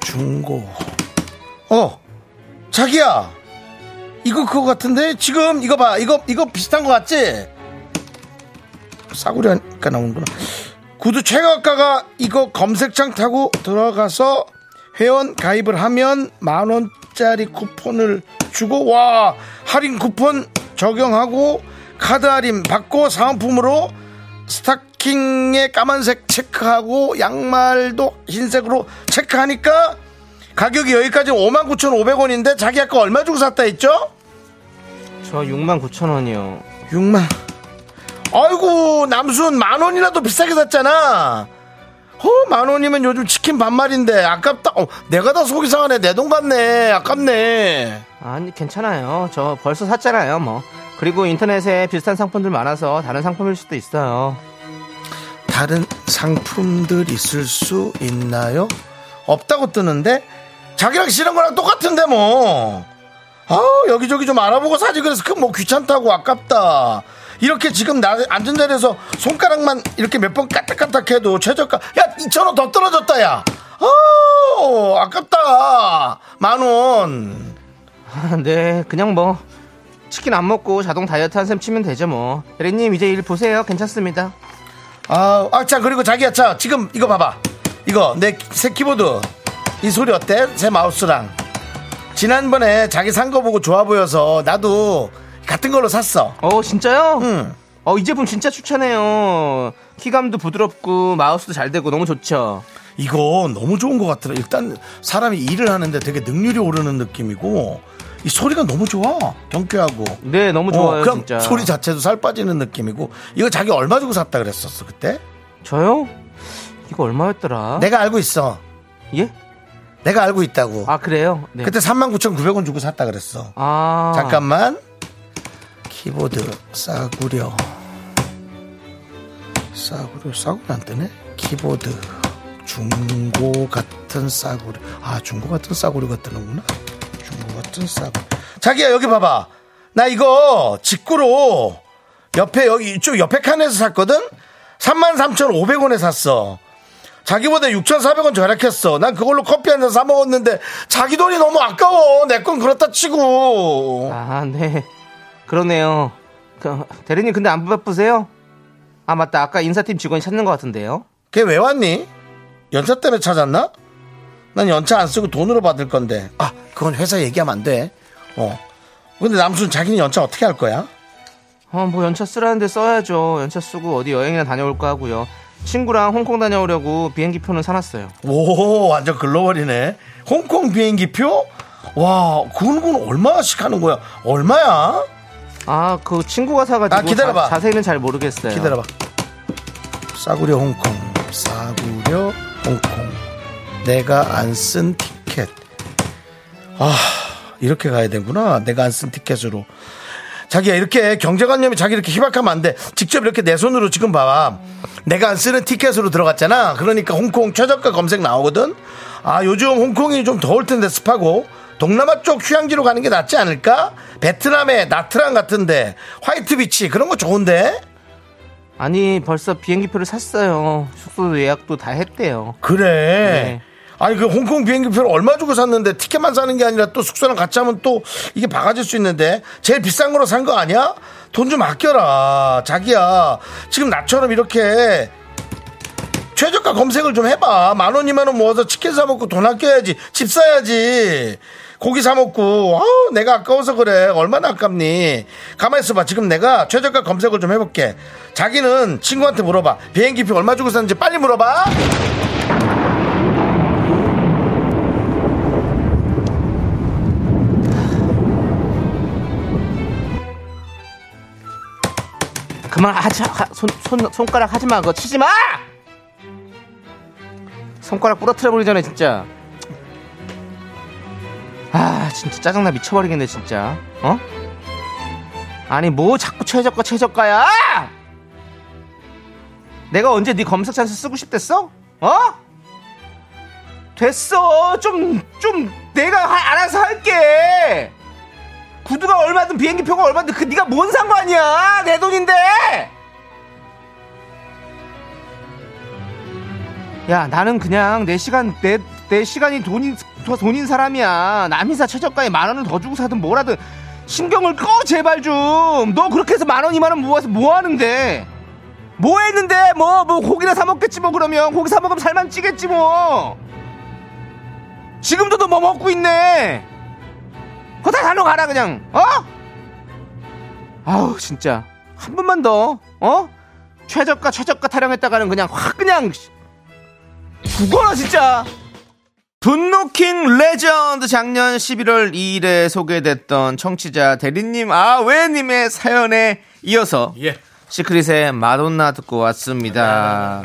[SPEAKER 1] 중고. 어, 자기야, 이거 그거 같은데 지금 이거 봐, 이거 이거 비슷한 거 같지? 싸구려니까 나오는구나. 구두 최저가가 이거 검색창 타고 들어가서 회원 가입을 하면 만 원짜리 쿠폰을 주고 와 할인 쿠폰 적용하고 카드 할인 받고 사은품으로 스타킹에 까만색 체크하고 양말도 흰색으로 체크하니까 가격이 여기까지 59,500원인데 자기 아까 얼마 주고 샀다 했죠?
[SPEAKER 2] 저 69,000원이요.
[SPEAKER 1] 6만. 아이고, 남순 만 원이라도 비싸게 샀잖아. 허, 만 원이면 요즘 치킨 반말인데 아깝다. 어, 내가 다 속이 상하네. 내 돈 같네. 아깝네.
[SPEAKER 2] 아니, 괜찮아요. 저 벌써 샀잖아요, 뭐. 그리고 인터넷에 비슷한 상품들 많아서 다른 상품일 수도 있어요. *laughs*
[SPEAKER 1] 다른 상품들 있을 수 있나요? 없다고 뜨는데 자기랑 싫은 거랑 똑같은데 뭐. 아 여기저기 좀 알아보고 사지 그래서 그 뭐 귀찮다고 아깝다. 이렇게 지금 나 앉은 자리에서 손가락만 이렇게 몇 번 까딱까딱 해도 최저가 야 2천 원 더 떨어졌다 야. 아 아깝다 만 원.
[SPEAKER 2] 아, 네, 그냥 뭐. 치킨 안 먹고 자동 다이어트 한 셈 치면 되죠, 뭐. 대리님, 이제 일 보세요. 괜찮습니다.
[SPEAKER 1] 아, 아, 자, 그리고 자기야, 자, 지금 이거 봐봐. 이거, 내 새 키보드. 이 소리 어때? 새 마우스랑. 지난번에 자기 산 거 보고 좋아 보여서 나도 같은 걸로 샀어.
[SPEAKER 2] 어, 진짜요?
[SPEAKER 1] 응.
[SPEAKER 2] 어, 이 제품 진짜 추천해요. 키감도 부드럽고, 마우스도 잘 되고, 너무 좋죠.
[SPEAKER 1] 이거 너무 좋은 것 같더라. 일단 사람이 일을 하는데 되게 능률이 오르는 느낌이고, 이 소리가 너무 좋아. 경쾌하고.
[SPEAKER 2] 네, 너무 좋아요,
[SPEAKER 1] 어, 그럼
[SPEAKER 2] 진짜.
[SPEAKER 1] 소리 자체도 살 빠지는 느낌이고, 이거 자기 얼마 주고 샀다 그랬었어, 그때?
[SPEAKER 2] 저요? 이거 얼마였더라?
[SPEAKER 1] 내가 알고 있어.
[SPEAKER 2] 예?
[SPEAKER 1] 내가 알고 있다고.
[SPEAKER 2] 아, 그래요? 네.
[SPEAKER 1] 그때 39,900원 주고 샀다 그랬어.
[SPEAKER 2] 아.
[SPEAKER 1] 잠깐만. 키보드 싸구려. 싸구려 싸구려 안 뜨네. 키보드 중고 같은 싸구려. 아 중고 같은 싸구려가 뜨는구나. 중고 같은 싸구려. 자기야 여기 봐봐. 나 이거 직구로 옆에 여기 이쪽 옆에 칸에서 샀거든. 33,500원에 샀어. 자기보다 6,400원 절약했어. 난 그걸로 커피 한 잔 사 먹었는데 자기 돈이 너무 아까워. 내 건 그렇다 치고.
[SPEAKER 2] 아, 네. 그러네요. 그, 대리님, 근데 안 바쁘세요? 아, 맞다. 아까 인사팀 직원이 찾는 것 같은데요?
[SPEAKER 1] 걔 왜 왔니? 연차 때문에 찾았나? 난 연차 안 쓰고 돈으로 받을 건데. 아, 그건 회사 얘기하면 안 돼. 어. 근데 남순 자기는 연차 어떻게 할 거야?
[SPEAKER 2] 어, 뭐 연차 쓰라는데 써야죠. 연차 쓰고 어디 여행이나 다녀올까 하고요. 친구랑 홍콩 다녀오려고 비행기 표는 사놨어요.
[SPEAKER 1] 오, 완전 글로벌이네. 홍콩 비행기표? 와, 그건 건 얼마씩 하는 거야? 얼마야?
[SPEAKER 2] 아, 그 친구가 사가지고
[SPEAKER 1] 아, 기다려봐.
[SPEAKER 2] 자, 세히는잘 모르겠어요.
[SPEAKER 1] 기다려봐. 싸구려 홍콩, 싸구려 홍콩. 내가 안 쓴 티켓. 아, 이렇게 가야 되구나. 내가 안 쓴 티켓으로. 자기야, 이렇게 경제관념이 자기 이렇게 희박하면 안 돼. 직접 이렇게 내 손으로 지금 봐봐. 내가 안 쓰는 티켓으로 들어갔잖아. 그러니까 홍콩 최저가 검색 나오거든. 아, 요즘 홍콩이 좀 더울 텐데 습하고. 동남아 쪽 휴양지로 가는 게 낫지 않을까? 베트남의 나트랑 같은데 화이트비치 그런 거 좋은데?
[SPEAKER 4] 아니 벌써 비행기표를 샀어요. 숙소 예약도 다 했대요.
[SPEAKER 1] 그래.
[SPEAKER 4] 네.
[SPEAKER 1] 아니 그 홍콩 비행기표를 얼마 주고 샀는데 티켓만 사는 게 아니라 또 숙소랑 같이 하면 또 이게 박아질 수 있는데 제일 비싼 거로 산 거 아니야? 돈 좀 아껴라 자기야 지금 나처럼 이렇게 최저가 검색을 좀 해봐 만 원, 이만 원 모아서 치킨 사 먹고 돈 아껴야지 집 사야지 고기 사 먹고 아우 내가 아까워서 그래 얼마나 아깝니 가만 있어봐 지금 내가 최저가 검색을 좀 해볼게 자기는 친구한테 물어봐 비행기표 얼마 주고 샀는지 빨리 물어봐
[SPEAKER 4] 그만 하자. 하- 손, 손, 손가락 하지 마. 그거 치지 마! 손가락 부러뜨려 버리잖아, 진짜. 아, 진짜 짜증나 미쳐버리겠네, 진짜. 어? 아니, 뭐 자꾸 최저가, 최저가야! 내가 언제 네 검색 찬스 쓰고 싶댔어? 어? 됐어. 좀, 좀, 내가 하- 알아서 할게! 구두가 얼마든 비행기 표가 얼마든 그 네가 뭔 상관이야 내 돈인데 야 나는 그냥 내 시간 내, 내 시간이 돈인, 더 돈인 사람이야 남이사 최저가에 만 원을 더 주고 사든 뭐라든 신경을 꺼 제발 좀 너 그렇게 해서 만 원 이만 원 모아서 뭐 하는데 뭐 했는데 뭐 뭐 고기나 사 먹겠지 뭐 그러면 고기 사 먹으면 살만 찌겠지 뭐 지금도 너 뭐 먹고 있네 그거 다 달러 가라 그냥 어? 아우 진짜 한 번만 더 어? 최저가 최저가 타령했다가는 그냥 확 그냥 죽어라 진짜
[SPEAKER 2] 분노킹 레전드 작년 11월 2일에 소개됐던 청취자 대리님 아외님의 사연에 이어서 시크릿의 마돈나 듣고 왔습니다.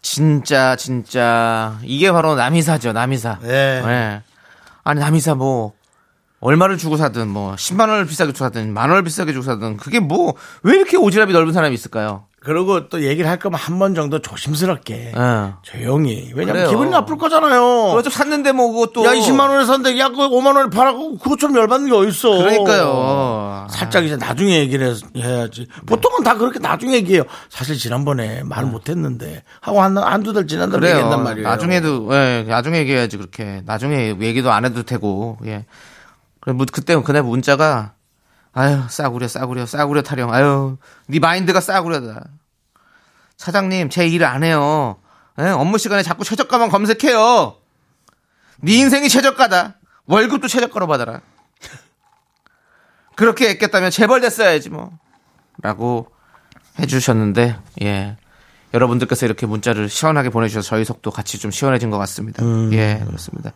[SPEAKER 2] 진짜 진짜 이게 바로 남이사죠 남이사.
[SPEAKER 1] 네.
[SPEAKER 2] 네. 아니 남이사 뭐 얼마를 주고 사든 뭐 10만 원을 비싸게 주고 사든 만 원을 비싸게 주고 사든 그게 뭐 왜 이렇게 오지랖이 넓은 사람이 있을까요?
[SPEAKER 1] 그리고 또 얘기를 할 거면 한 번 정도 조심스럽게
[SPEAKER 2] 예.
[SPEAKER 1] 조용히 왜냐면
[SPEAKER 2] 그래요.
[SPEAKER 1] 기분이 나쁠 거잖아요
[SPEAKER 2] 그거 좀 샀는데 뭐 그것도
[SPEAKER 1] 어. 야 20만 원에 샀는데 야 그거 5만 원에 팔라고 그것처럼 열받는 게 어딨어
[SPEAKER 2] 그러니까요.
[SPEAKER 1] 살짝 이제 나중에 얘기를 해- 해야지 보통은 다 그렇게 나중에 얘기해요 사실 지난번에 말 못했는데 하고 한, 한두 달 지난 다음에
[SPEAKER 2] 음. 그래요.
[SPEAKER 1] 얘기한단 말이에요
[SPEAKER 2] 나중에도 예, 나중에 얘기해야지 그렇게. 나중에 얘기도 안 해도 되고. 예. 그래 뭐 그때 그날 문자가 아유 싸구려 싸구려 싸구려 타령. 아유 네 마인드가 싸구려다. 사장님 제 일 안 해요. 예, 업무 시간에 자꾸 최저가만 검색해요. 네 인생이 최저가다. 월급도 최저가로 받아라. 그렇게 했겠다면 재벌 됐어야지 뭐. 라고 해주셨는데 예 여러분들께서 이렇게 문자를 시원하게 보내주셔서 저희 속도 같이 좀 시원해진 것 같습니다. 예 그렇습니다.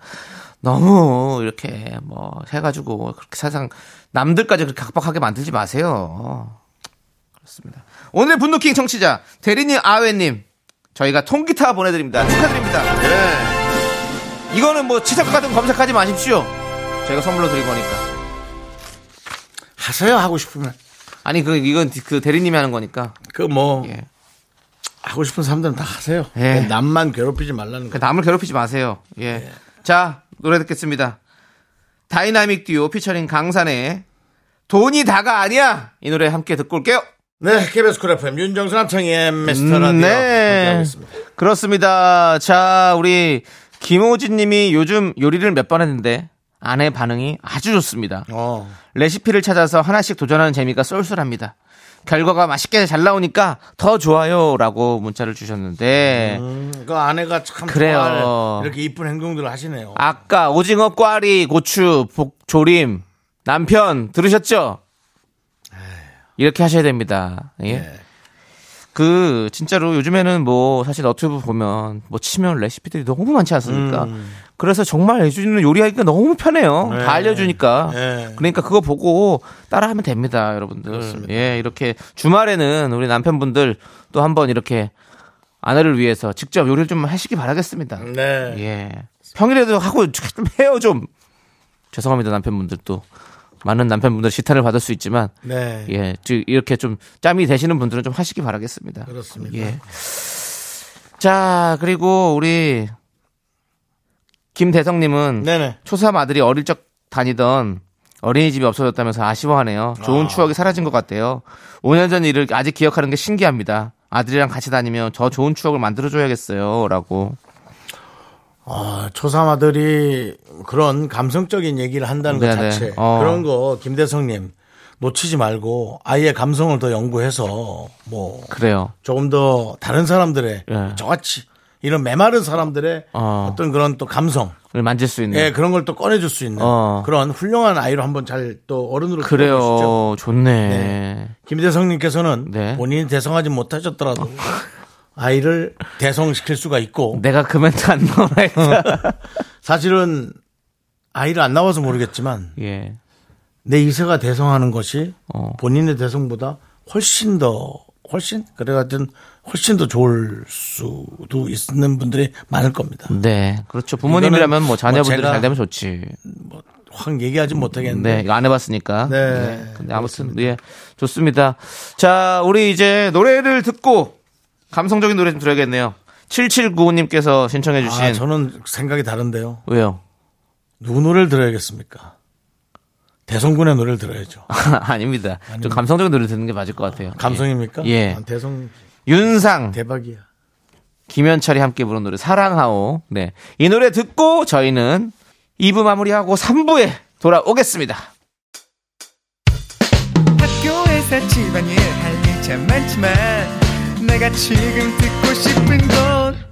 [SPEAKER 2] 너무 이렇게 뭐 해가지고 그렇게 세상 남들까지 그렇게 각박하게 만들지 마세요. 그렇습니다. 오늘 분노킹 청취자 대리님 아웨님 저희가 통기타 보내드립니다. 축하드립니다. 이거는 뭐 치적 같은 검색하지 마십시오. 저희가 선물로 드릴 거니까.
[SPEAKER 1] 하세요 하고 싶으면
[SPEAKER 2] 아니 그 이건 그 대리님이 하는 거니까.
[SPEAKER 1] 그 뭐
[SPEAKER 2] 예.
[SPEAKER 1] 하고 싶은 사람들은 다 하세요
[SPEAKER 2] 예.
[SPEAKER 1] 남만 괴롭히지 말라는
[SPEAKER 2] 그
[SPEAKER 1] 거
[SPEAKER 2] 남을 괴롭히지 마세요. 예.
[SPEAKER 1] 네.
[SPEAKER 2] 자, 노래 듣겠습니다. 다이나믹 듀오 피처링 강산의 돈이 다가 아니야! 이 노래 함께 듣고 올게요.
[SPEAKER 1] 네, KBS 쿨 FM 윤정수 남창희의 미스터
[SPEAKER 2] 음,
[SPEAKER 1] 라디오
[SPEAKER 2] 네.
[SPEAKER 1] 함께하고 있습니다
[SPEAKER 2] 그렇습니다. 자, 우리 김호진 님이 요즘 요리를 몇 번 했는데 아내 반응이 아주 좋습니다.
[SPEAKER 1] 어.
[SPEAKER 2] 레시피를 찾아서 하나씩 도전하는 재미가 쏠쏠합니다. 결과가 맛있게 잘 나오니까 더 좋아요. 라고 문자를 주셨는데
[SPEAKER 1] 그 아내가 참
[SPEAKER 2] 그래요.
[SPEAKER 1] 정말 이렇게 이쁜 행동들을 하시네요.
[SPEAKER 2] 아까 오징어 꽈리 고추 복 조림 남편 들으셨죠? 이렇게 하셔야 됩니다. 예. 그 진짜로 요즘에는 뭐 사실 너튜브 보면 뭐 치면 레시피들이 너무 많지 않습니까? 그래서 정말 예준이는 요리하기가 너무 편해요. 다 알려주니까.
[SPEAKER 1] 네.
[SPEAKER 2] 그러니까 그거 보고 따라하면 됩니다, 여러분들. 예, 이렇게 주말에는 우리 남편분들 또 한번 이렇게 아내를 위해서 직접 요리를 좀 하시기 바라겠습니다.
[SPEAKER 1] 네.
[SPEAKER 2] 예. 평일에도 하고 좀 해요 좀. 죄송합니다 남편분들 또 많은 남편분들 시탄을 받을 수 있지만
[SPEAKER 1] 네.
[SPEAKER 2] 예, 즉 이렇게 좀 짬이 되시는 분들은 좀 하시기 바라겠습니다.
[SPEAKER 1] 그렇습니다.
[SPEAKER 2] 예. 자 그리고 우리 김대성님은
[SPEAKER 1] 네네.
[SPEAKER 2] 초삼 아들이 어릴 적 다니던 어린이집이 없어졌다면서 아쉬워하네요. 좋은 추억이 사라진 것 같대요. 5년 전 일을 아직 기억하는 게 신기합니다. 아들이랑 같이 다니면 저 좋은 추억을 만들어줘야겠어요. 라고.
[SPEAKER 1] 아, 초삼 아들이 그런 감성적인 얘기를 한다는 것
[SPEAKER 2] 네네.
[SPEAKER 1] 자체
[SPEAKER 2] 어.
[SPEAKER 1] 그런 거 김대성님 놓치지 말고 아이의 감성을 더 연구해서 뭐
[SPEAKER 2] 그래요.
[SPEAKER 1] 조금 더 다른 사람들의
[SPEAKER 2] 예.
[SPEAKER 1] 저같이 이런 메마른 사람들의
[SPEAKER 2] 어.
[SPEAKER 1] 어. 떤 그런 또 감성
[SPEAKER 2] 만질 수 있는.
[SPEAKER 1] 예 그런 걸 또 꺼내줄 수 있는
[SPEAKER 2] 어.
[SPEAKER 1] 그런 훌륭한 아이로 한번 잘 또 어른으로 키워보시죠.
[SPEAKER 2] 그래요. 좋네.
[SPEAKER 1] 네. 김대성님께서는
[SPEAKER 2] 네.
[SPEAKER 1] 본인이 대성하지 못하셨더라도 아이를 대성시킬 수가 있고
[SPEAKER 2] 내가 그 멘트 안 나오나
[SPEAKER 1] 어. *laughs*
[SPEAKER 2] 했다.
[SPEAKER 1] 사실은 아이를 안 나와서 모르겠지만
[SPEAKER 2] 예.
[SPEAKER 1] 내 이세가 대성하는 것이
[SPEAKER 2] 어.
[SPEAKER 1] 본인의 대성보다 훨씬 더 훨씬 그래가든 훨씬 더 좋을 수도 있는 분들이 많을 겁니다.
[SPEAKER 2] 네. 그렇죠. 부모님이라면 뭐 자녀분들이
[SPEAKER 1] 뭐 제가-
[SPEAKER 2] 잘 되면 좋지.
[SPEAKER 1] 확 얘기하진
[SPEAKER 2] 네,
[SPEAKER 1] 못하겠는데
[SPEAKER 2] 이거 안 해봤으니까.
[SPEAKER 1] 네.
[SPEAKER 2] 예, 근데 아무튼 예, 좋습니다. 자, 우리 이제 노래를 듣고 감성적인 노래 좀 들어야겠네요. 7795님께서 신청해주신
[SPEAKER 1] 아, 저는 생각이 다른데요.
[SPEAKER 2] 왜요? *laughs*
[SPEAKER 1] 누구 노래를 들어야겠습니까? 대성군의 노래를 들어야죠.
[SPEAKER 2] 아닙니다. 예. 좀 감성적인 노래 듣는 게 맞을 것 같아요.
[SPEAKER 1] 감성입니까?
[SPEAKER 2] 예.
[SPEAKER 1] 아, 대성
[SPEAKER 2] 예. 윤상,
[SPEAKER 1] 대박이야.
[SPEAKER 2] 김현철이 함께 부른 노래 사랑하오. 네, 이 노래 듣고 저희는 2부 마무리하고 3부에 돌아오겠습니다.
[SPEAKER 5] 학교에서 집안일 할 일 참 많지만 내가 지금 듣고 싶은 건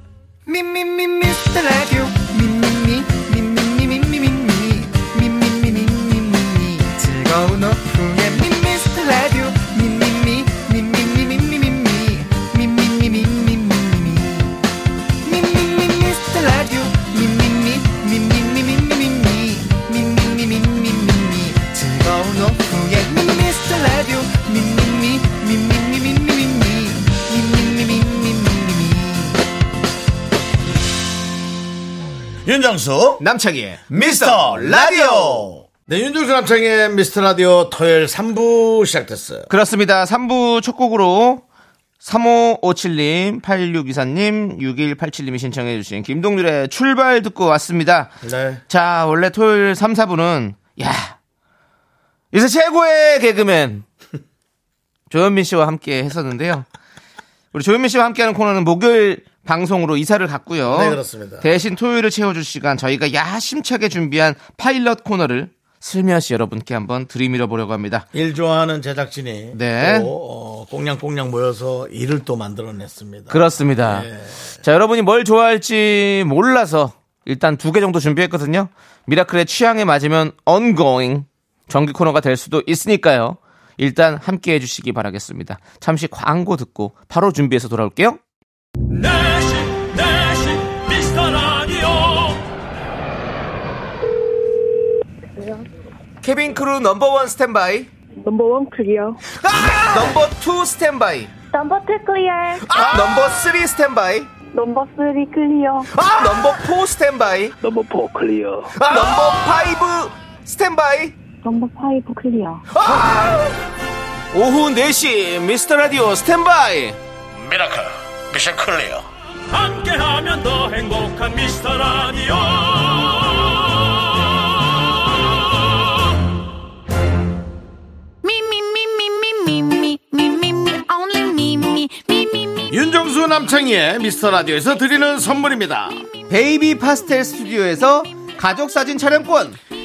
[SPEAKER 5] 미미미 미스터 라디오 미미미 미미미 미미미 미미미 미미미 즐거운 오후에 미스터 라디오 미미미 미미미 미미미 미미미 미미미 미미미
[SPEAKER 1] 윤정수
[SPEAKER 2] 남창희의
[SPEAKER 1] 미스터 라디오. 네, 윤종수 남창의 미스터 라디오 토요일 3부 시작됐어요.
[SPEAKER 2] 그렇습니다. 3부 첫 곡으로 3557님, 8624님, 6187님이 신청해주신 김동률의 출발 듣고 왔습니다.
[SPEAKER 1] 네.
[SPEAKER 2] 자, 원래 토요일 3, 4부는, 야, 요새 최고의 개그맨, 조현민 씨와 함께 했었는데요. 우리 조현민 씨와 함께하는 코너는 목요일 방송으로 이사를 갔고요.
[SPEAKER 1] 네, 그렇습니다.
[SPEAKER 2] 대신 토요일을 채워줄 시간 저희가 야심차게 준비한 파일럿 코너를 슬며시 여러분께 한번 들이밀어 보려고 합니다.
[SPEAKER 1] 일 좋아하는 제작진이
[SPEAKER 2] 네.
[SPEAKER 1] 또 어, 꽁냥꽁냥 모여서 일을 또 만들어냈습니다. 예.
[SPEAKER 2] 그렇습니다. 자, 여러분이 뭘 좋아할지 몰라서 일단 두 개 정도 준비했거든요. 미라클의 취향에 맞으면 ongoing 정기 코너가 될 수도 있으니까요. 일단 함께 해주시기 바라겠습니다. 잠시 광고 듣고 바로 준비해서 돌아올게요.
[SPEAKER 6] 내시 내시 미스터 라디오
[SPEAKER 2] 케빈 크루 넘버원 스탠바이, 아!
[SPEAKER 7] 넘버원 클리어.
[SPEAKER 2] 넘버 투 스탠바이, 아!
[SPEAKER 7] 넘버 투 클리어.
[SPEAKER 2] 넘버 쓰리 스탠바이, 아!
[SPEAKER 7] 넘버 쓰리 클리어.
[SPEAKER 2] 넘버 포 스탠바이, 아!
[SPEAKER 8] 넘버 포 클리어.
[SPEAKER 2] 넘버 파이브 스탠바이. 아!
[SPEAKER 7] 넘버 파이브 클리어.
[SPEAKER 2] 오후 4시 미스터 라디오 스탠바이.
[SPEAKER 1] 미라클 미션 클리어.
[SPEAKER 6] 함께하면 더 행복한 미스터 라디오
[SPEAKER 3] Me, me, me, me, me, me, me, me, me, me, only me, me, me, me, me.
[SPEAKER 1] 윤정수 남창희의 미스터 라디오에서 드리는 선물입니다.
[SPEAKER 2] 베이비 파스텔 스튜디오에서 가족 사진 촬영권,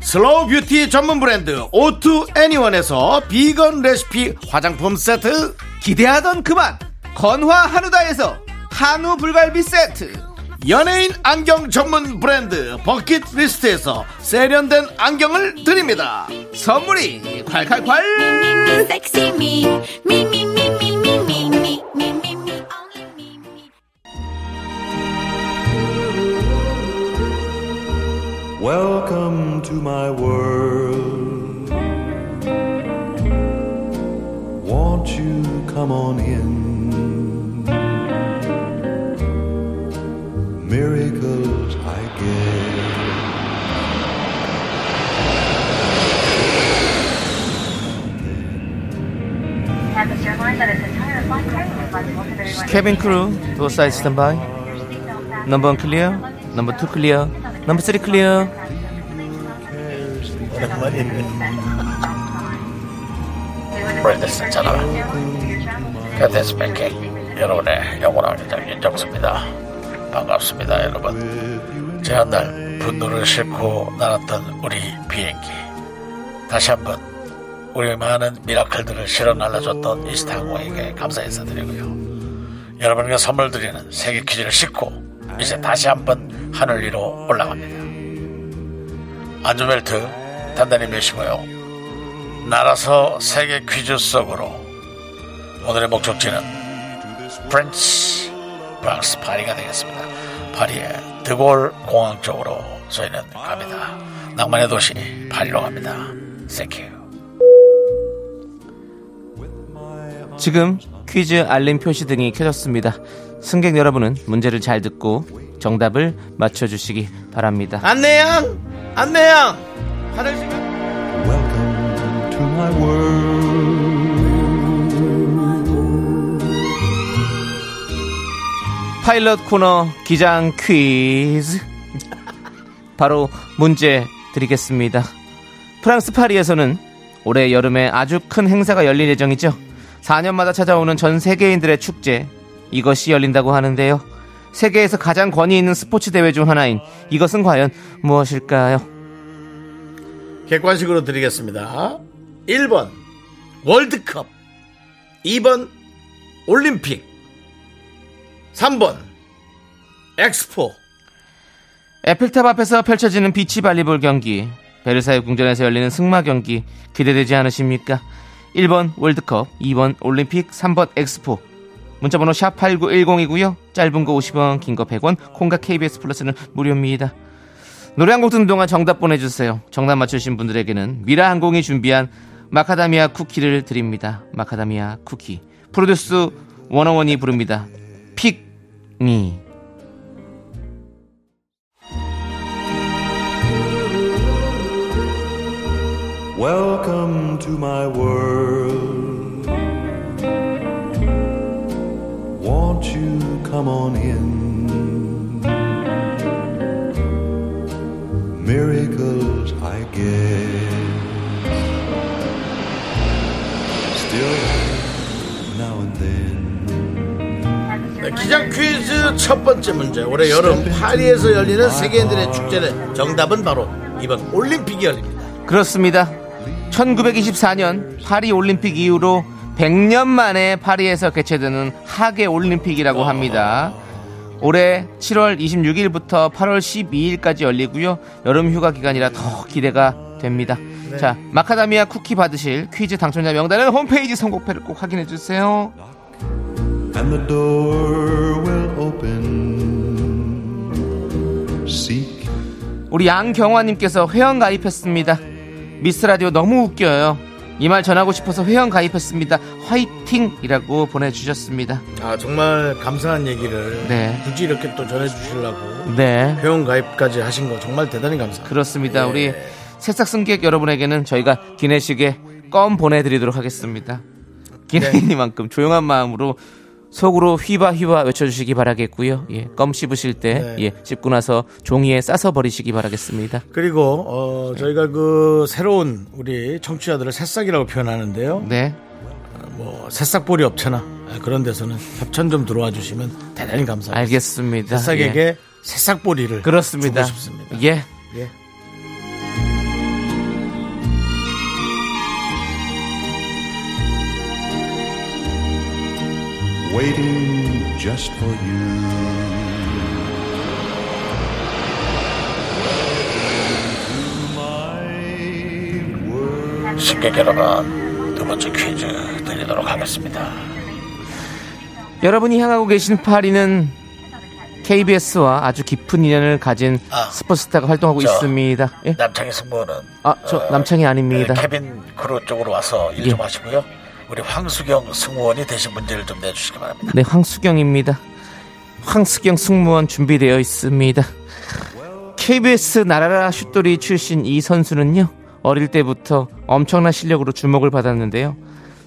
[SPEAKER 1] 슬로우 뷰티 전문 브랜드 오투 애니원에서 비건 레시피 화장품 세트
[SPEAKER 2] 기대하던 그만, 건화 한우다에서 한우 불갈비 세트,
[SPEAKER 1] 연예인 안경 전문 브랜드 버킷리스트에서 세련된 안경을 드립니다
[SPEAKER 2] 선물이 콸콸콸!
[SPEAKER 3] Me, sexy me. Me, me, me, me, me, me, me, me, me, me, only me, me.
[SPEAKER 9] Welcome to my world. won't you come on in? Miracles, I guess.
[SPEAKER 2] 케빈 크루, 두 사이드 스탠바이. 넘버 1 클리어, 넘버 2 클리어, 넘버 3 클리어.
[SPEAKER 1] 스펙킹 여러분의 영원한 기장 윤정수입니다 반갑습니다 여러분 지난날 분노를 싣고 날았던 우리 비행기 다시 한번 우리 많은 미라클들을 실어 날려줬던 이스타항공에게 감사 인사드리고요 여러분에게 선물 드리는 세계 퀴즈를 싣고 이제 다시 한번 하늘 위로 올라갑니다 안전벨트 단단히 매시고요 날아서 세계 퀴즈 속으로 오늘의 목적지는 프렌치 프랑스 파리가 되겠습니다. 파리의 드골 공항 쪽으로 저희는 갑니다. 낭만의 도시 파리로 갑니다. 땡큐.
[SPEAKER 2] 지금 퀴즈 알림 표시 등이 켜졌습니다. 승객 여러분은 문제를 잘 듣고 정답을 맞춰주시기 바랍니다. 안내양! 안내양!
[SPEAKER 9] Welcome to my world.
[SPEAKER 2] 파일럿 코너 기장 퀴즈. 바로 문제 드리겠습니다. 프랑스 파리에서는 올해 여름에 아주 큰 행사가 열릴 예정이죠. 4년마다 찾아오는 전 세계인들의 축제. 이것이 열린다고 하는데요. 세계에서 가장 권위 있는 스포츠 대회 중 하나인 이것은 과연 무엇일까요?
[SPEAKER 1] 객관식으로 드리겠습니다. 1번 월드컵 2번 올림픽 3번 엑스포
[SPEAKER 2] 에펠탑 앞에서 펼쳐지는 비치 발리볼 경기, 베르사유 궁전에서 열리는 승마 경기 기대되지 않으십니까? 1번 월드컵, 2번 올림픽, 3번 엑스포. 문자번호 샵 8910이고요. 짧은 거 50원, 긴 거 100원, 콩과 KBS 플러스는 무료입니다. 노래 한 곡 듣는 동안 정답 보내주세요. 정답 맞추신 분들에게는 미라항공이 준비한 마카다미아 쿠키를 드립니다. 마카다미아 쿠키. 프로듀스 원어원이 부릅니다. 픽미.
[SPEAKER 9] Welcome to my world. Won't you come on in? Miracles, I guess. Still, now and then,
[SPEAKER 1] 네, 기장 퀴즈 첫 번째 문제 올해 여름 파리에서 열리는 세계인들의 축제는 정답은 바로 이번 올림픽이 열립니다.
[SPEAKER 2] 그렇습니다. 1924년 파리 올림픽 이후로 100년 만에 파리에서 개최되는 하계 올림픽이라고 합니다. 올해 7월 26일부터 8월 12일까지 열리고요. 여름 휴가 기간이라 더 기대가 됩니다. 자, 마카다미아 쿠키 받으실 퀴즈 당첨자 명단은 홈페이지 선곡표를 꼭 확인해 주세요.
[SPEAKER 9] and the door will open. Seek
[SPEAKER 2] 우리 양경화님께서 회원 가입했습니다. 미스 라디오 너무 웃겨요. 이 말 전하고 싶어서 회원 가입했습니다. 화이팅이라고 보내주셨습니다.
[SPEAKER 1] 아 정말 감사한 얘기를
[SPEAKER 2] 네.
[SPEAKER 1] 굳이 이렇게 또 전해주시려고
[SPEAKER 2] 네,
[SPEAKER 1] 회원 가입까지 하신 거 정말 대단히 감사합니다.
[SPEAKER 2] 그렇습니다. 우리
[SPEAKER 1] 예.
[SPEAKER 2] 새싹 승객 여러분에게는 저희가 기내식에 껌 보내드리도록 하겠습니다. 기내이니만큼 조용한 마음으로 속으로 휘바휘바 외쳐주시기 바라겠고요. 예, 껌 씹으실 때
[SPEAKER 1] 네.
[SPEAKER 2] 예, 씹고 나서 종이에 싸서 버리시기 바라겠습니다.
[SPEAKER 1] 그리고 어, 저희가 그 새로운 우리 청취자들을 새싹이라고 표현하는데요.
[SPEAKER 2] 네,
[SPEAKER 1] 뭐 새싹보리 업체나 그런 데서는 협찬 좀 들어와 주시면 대단히 감사합니다.
[SPEAKER 2] 알겠습니다.
[SPEAKER 1] 새싹에게
[SPEAKER 2] 예,
[SPEAKER 1] 새싹보리를
[SPEAKER 2] 그렇습니다.
[SPEAKER 1] 주고 싶습니다.
[SPEAKER 2] 예,
[SPEAKER 1] 예.
[SPEAKER 9] waiting just for you.
[SPEAKER 1] 승객 여러분 두 번째 퀴즈 드리도록 하겠습니다.
[SPEAKER 2] 여러분이 향하고 계신 파리는 KBS와 아주 깊은 인연을 가진
[SPEAKER 1] 아,
[SPEAKER 2] 스포츠스타가 활동하고
[SPEAKER 1] 저,
[SPEAKER 2] 있습니다. 예?
[SPEAKER 1] 남창희 승부는 네,
[SPEAKER 2] 아, 저 남창이 아닙니다.
[SPEAKER 1] 케빈 크루 쪽으로 와서 일 좀
[SPEAKER 2] 예.
[SPEAKER 1] 하시고요. 우리 황수경 승무원이 대신 문제를 좀 내주시기 바랍니다.
[SPEAKER 2] 네, 황수경입니다. 황수경 승무원 준비되어 있습니다. KBS 나라라 슛돌이 출신 이 선수는요, 어릴 때부터 엄청난 실력으로 주목을 받았는데요.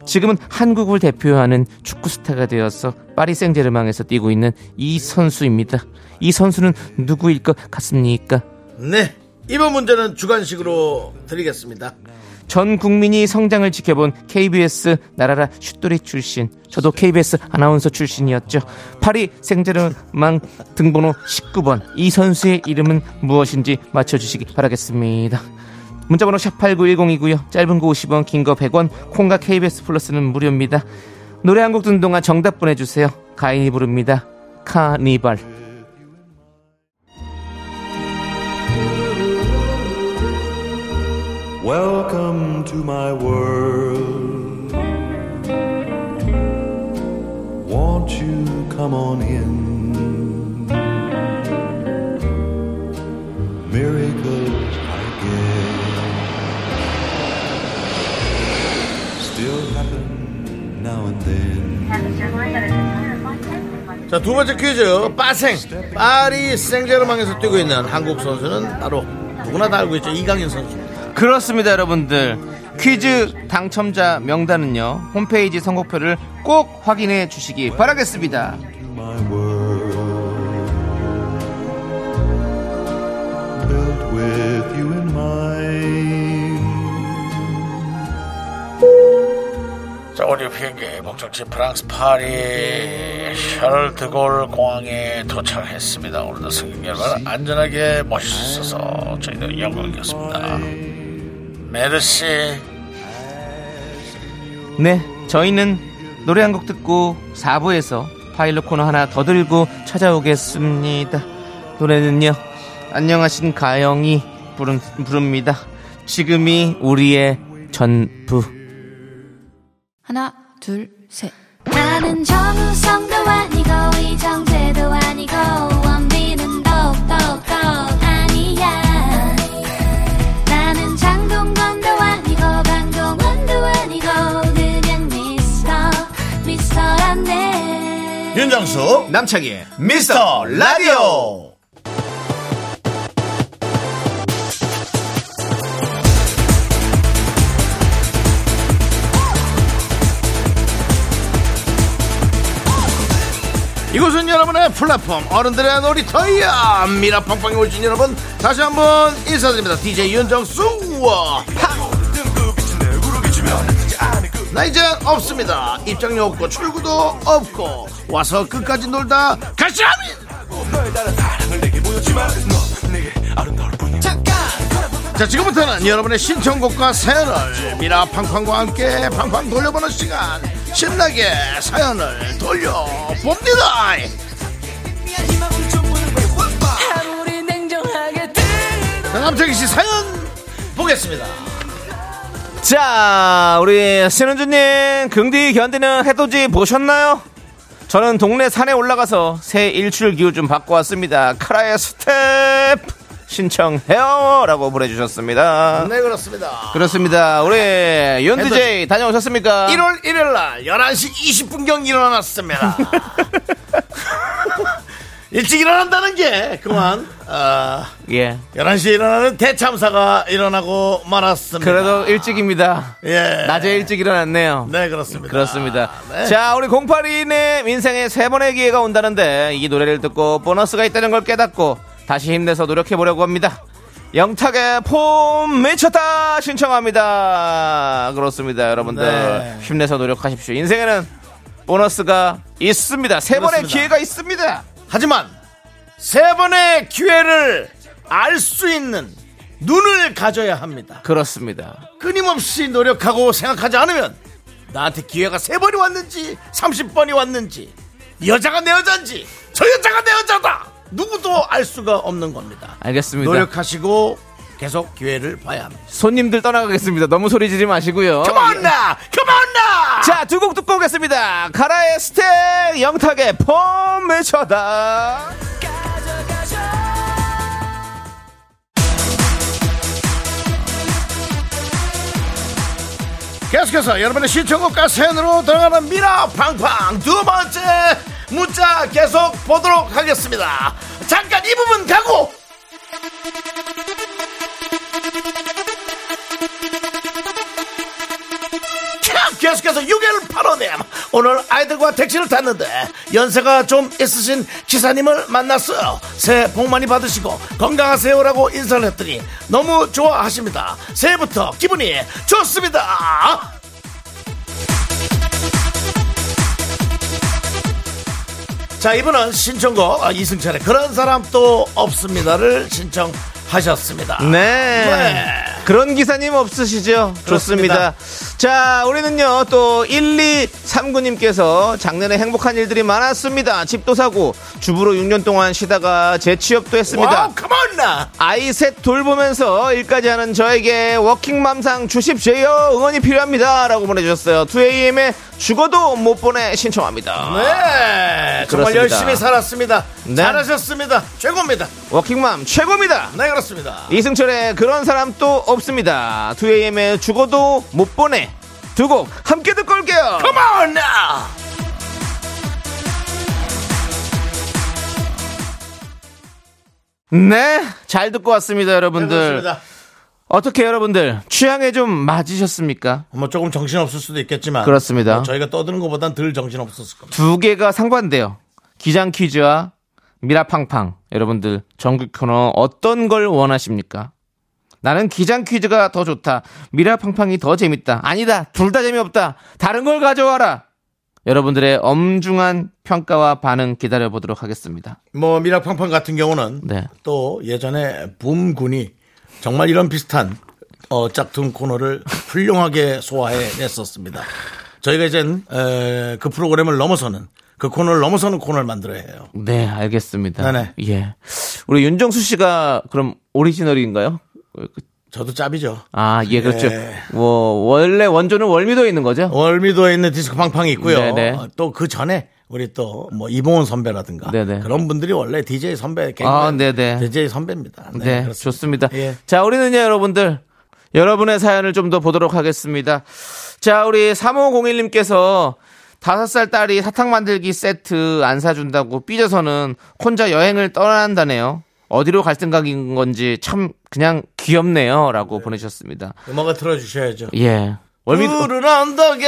[SPEAKER 2] 지금은 한국을 대표하는 축구 스타가 되어서 파리 생제르망에서 뛰고 있는 이 선수입니다. 이 선수는 누구일 것 같습니까?
[SPEAKER 1] 네. 이번 문제는 주관식으로 드리겠습니다.
[SPEAKER 2] 전 국민이 성장을 지켜본 KBS 나라라 슛돌이 출신 저도 KBS 아나운서 출신이었죠 파리 생제르망 등번호 19번 이 선수의 이름은 무엇인지 맞춰주시기 바라겠습니다 문자번호 샵8910이고요 짧은 거 50원 긴 거 100원 콩과 KBS 플러스는 무료입니다 노래 한 곡 듣는 동안 정답 보내주세요 가인이 부릅니다 카니발
[SPEAKER 9] Welcome to my world. Won't you come on in? Miracles I guess still happen now and then.
[SPEAKER 1] 자, 두 번째 퀴즈. 빠생. 파리 생제르망에서 뛰고 있는 한국 선수는 바로 누구나 다 알고 있죠. 이강인 선수.
[SPEAKER 2] 그렇습니다, 여러분들. 퀴즈 당첨자 명단은요, 홈페이지 선곡표를 꼭 확인해 주시기 바라겠습니다.
[SPEAKER 9] My world built with you in mind.
[SPEAKER 1] 자, 오류 비행기 목적지 프랑스 파리 셜드골 공항에 도착했습니다. 오늘도 승객 여러분 안전하게 모셔주셔서 저희는 영광이었습니다. 메르시
[SPEAKER 2] 네, 저희는 노래 한 곡 듣고 4부에서 파일럿 코너 하나 더 들고 찾아오겠습니다. 노래는요, 안녕하신 가영이 부른, 부릅니다. 지금이 우리의 전부.
[SPEAKER 3] 하나, 둘, 셋. 나는 정우성도 아니고, 이정재도 아니고, 원빈은 더욱더 아니야. 나는 장동건도 아니고, 강동원도 아니고, 그냥 미스터, 미스터란데.
[SPEAKER 1] 윤정수
[SPEAKER 4] 남창희의
[SPEAKER 1] 미스터 라디오 이곳은 여러분의 플랫폼 어른들의 놀이터이야 미라팡팡에 오신 여러분 다시 한번 인사드립니다 DJ 윤정수 와, 나 이젠 없습니다 입장료 없고 출구도 없고 와서 끝까지 놀다 가시라미 자 지금부터는 여러분의 신청곡과 사연을 미라 팡팡과 함께 팡팡 돌려보는 시간 신나게 사연을 돌려봅니다 자, 남창희씨 사연 보겠습니다
[SPEAKER 2] 자, 우리 신은주님, 긍디 견디는 해돋이 보셨나요? 저는 동네 산에 올라가서 새 일출 기후 좀 받고 왔습니다. 카라의 스텝 신청해요. 라고 보내주셨습니다.
[SPEAKER 1] 네 그렇습니다
[SPEAKER 2] 그렇습니다. 우리 윤디제이 다녀오셨습니까?
[SPEAKER 1] 1월 1일날 11시 20분경
[SPEAKER 2] *laughs*
[SPEAKER 1] 일어났습니다 일찍 일어난다는 게 그만 어,
[SPEAKER 2] 예.
[SPEAKER 1] 11시에 일어나는 대참사가 일어나고 말았습니다
[SPEAKER 2] 그래도 일찍입니다.
[SPEAKER 1] 예.
[SPEAKER 2] 낮에 일찍 일어났네요.
[SPEAKER 1] 네 그렇습니다.
[SPEAKER 2] 그렇습니다.
[SPEAKER 1] 네.
[SPEAKER 2] 자, 우리 0822님 인생에 세 번의 기회가 온다는데 이 노래를 듣고 보너스가 있다는 걸 깨닫고 다시 힘내서 노력해 보려고 합니다. 영탁의 폼 미쳤다 신청합니다. 그렇습니다, 여러분들
[SPEAKER 1] 네.
[SPEAKER 2] 힘내서 노력하십시오. 인생에는 보너스가 있습니다. 세 번의
[SPEAKER 1] 그렇습니다.
[SPEAKER 2] 기회가 있습니다.
[SPEAKER 1] 하지만 세 번의 기회를 알 수 있는 눈을 가져야 합니다.
[SPEAKER 2] 그렇습니다.
[SPEAKER 1] 끊임없이 노력하고 생각하지 않으면 나한테 기회가 세 번이 왔는지 30번이 왔는지 이 여자가 내 여자인지 저 여자가 내 여자다 누구도 알 수가 없는 겁니다.
[SPEAKER 2] 알겠습니다.
[SPEAKER 1] 노력하시고 계속 기회를 봐야 합니다.
[SPEAKER 2] 손님들 떠나가겠습니다. 너무 소리 지르지 마시고요.
[SPEAKER 1] Come on now, come on now.
[SPEAKER 2] 어, 예. 자, 두 곡 듣고 오겠습니다. 가라의 스택, 영탁의 폼을 쳐다.
[SPEAKER 1] 계속해서 여러분의 신청곡과 사연으로 들어가는 미라 팡팡 두 번째 문자 계속 보도록 하겠습니다. 잠깐 이 부분 가고 참! 계속해서 6일 8호님 오늘 아이들과 택시를 탔는데 연세가 좀 있으신 기사님을 만났어요 새해 복 많이 받으시고 건강하세요라고 인사를 했더니 너무 좋아하십니다 새해부터 기분이 좋습니다 자 이분은 신청곡 아, 이승철의 그런 사람 또 없습니다를 신청하셨습니다 네.
[SPEAKER 2] 그런 기사님 없으시죠?
[SPEAKER 1] 그렇습니다.
[SPEAKER 2] 좋습니다. 자, 우리는요, 또, 1, 2, 3구님께서 작년에 행복한 일들이 많았습니다. 집도 사고, 주부로 6년 동안 쉬다가 재취업도 했습니다.
[SPEAKER 1] 와우 컴온 나
[SPEAKER 2] 아이 셋 돌보면서 일까지 하는 저에게 워킹맘상 주십시오. 응원이 필요합니다. 라고 보내주셨어요. 2AM에 죽어도 못 보내 신청합니다.
[SPEAKER 1] 네, 정말
[SPEAKER 2] 그렇습니다.
[SPEAKER 1] 열심히 살았습니다.
[SPEAKER 2] 네.
[SPEAKER 1] 잘하셨습니다. 최고입니다.
[SPEAKER 2] 워킹맘 최고입니다.
[SPEAKER 1] 네, 그렇습니다.
[SPEAKER 2] 이승철의 그런 사람 또 없습니다. 2AM에 죽어도 못 보내. 두 곡 함께 듣고 올게요.
[SPEAKER 1] Come on now!
[SPEAKER 2] 네, 잘 듣고 왔습니다, 여러분들.
[SPEAKER 1] 네, 그렇습니다.
[SPEAKER 2] 어떻게 여러분들 취향에 좀 맞으셨습니까?
[SPEAKER 1] 뭐 조금 정신 없을 수도 있겠지만
[SPEAKER 2] 그렇습니다.
[SPEAKER 1] 뭐 저희가 떠드는 것보단 덜 정신 없었을 겁니다.
[SPEAKER 2] 두 개가 상반돼요. 기장 퀴즈와 미라팡팡. 여러분들 전국 코너 어떤 걸 원하십니까? 나는 기장 퀴즈가 더 좋다. 미라팡팡이 더 재밌다. 아니다. 둘 다 재미없다. 다른 걸 가져와라. 여러분들의 엄중한 평가와 반응 기다려 보도록 하겠습니다.
[SPEAKER 1] 뭐 미락팡팡 같은 경우는
[SPEAKER 2] 네.
[SPEAKER 1] 또 예전에 붐 군이 정말 이런 비슷한 어, 짝퉁 코너를 *laughs* 훌륭하게 소화해 냈었습니다. 저희가 이젠 에, 그 프로그램을 넘어서는 그 코너를 넘어서는 코너를 만들어야 해요.
[SPEAKER 2] 네, 알겠습니다.
[SPEAKER 1] 네네.
[SPEAKER 2] 예. 우리 윤정수 씨가 그럼 오리지널인가요?
[SPEAKER 1] 저도 짭이죠.
[SPEAKER 2] 아, 예, 그렇죠.
[SPEAKER 1] 예.
[SPEAKER 2] 뭐, 원래 원조는 월미도에 있는 거죠?
[SPEAKER 1] 월미도에 있는 디스코 팡팡이 있고요.
[SPEAKER 2] 네네.
[SPEAKER 1] 또 그 전에 우리 또 뭐 이봉원 선배라든가
[SPEAKER 2] 네네.
[SPEAKER 1] 그런 분들이 원래 DJ 선배 갱
[SPEAKER 2] 아, 네네.
[SPEAKER 1] DJ 선배입니다.
[SPEAKER 2] 네,
[SPEAKER 1] 그렇습니다.
[SPEAKER 2] 좋습니다.
[SPEAKER 1] 예.
[SPEAKER 2] 자, 우리는요, 여러분들. 여러분의 사연을 좀 더 보도록 하겠습니다. 자, 우리 3501님께서 다섯 살 딸이 사탕 만들기 세트 안 사준다고 삐져서는 혼자 여행을 떠난다네요. 어디로 갈 생각인 건지 참 그냥 귀엽네요. 라고 보내주셨습니다.
[SPEAKER 1] 음악을 틀어주셔야죠.
[SPEAKER 2] 예. 월미도,
[SPEAKER 1] 푸른 언덕에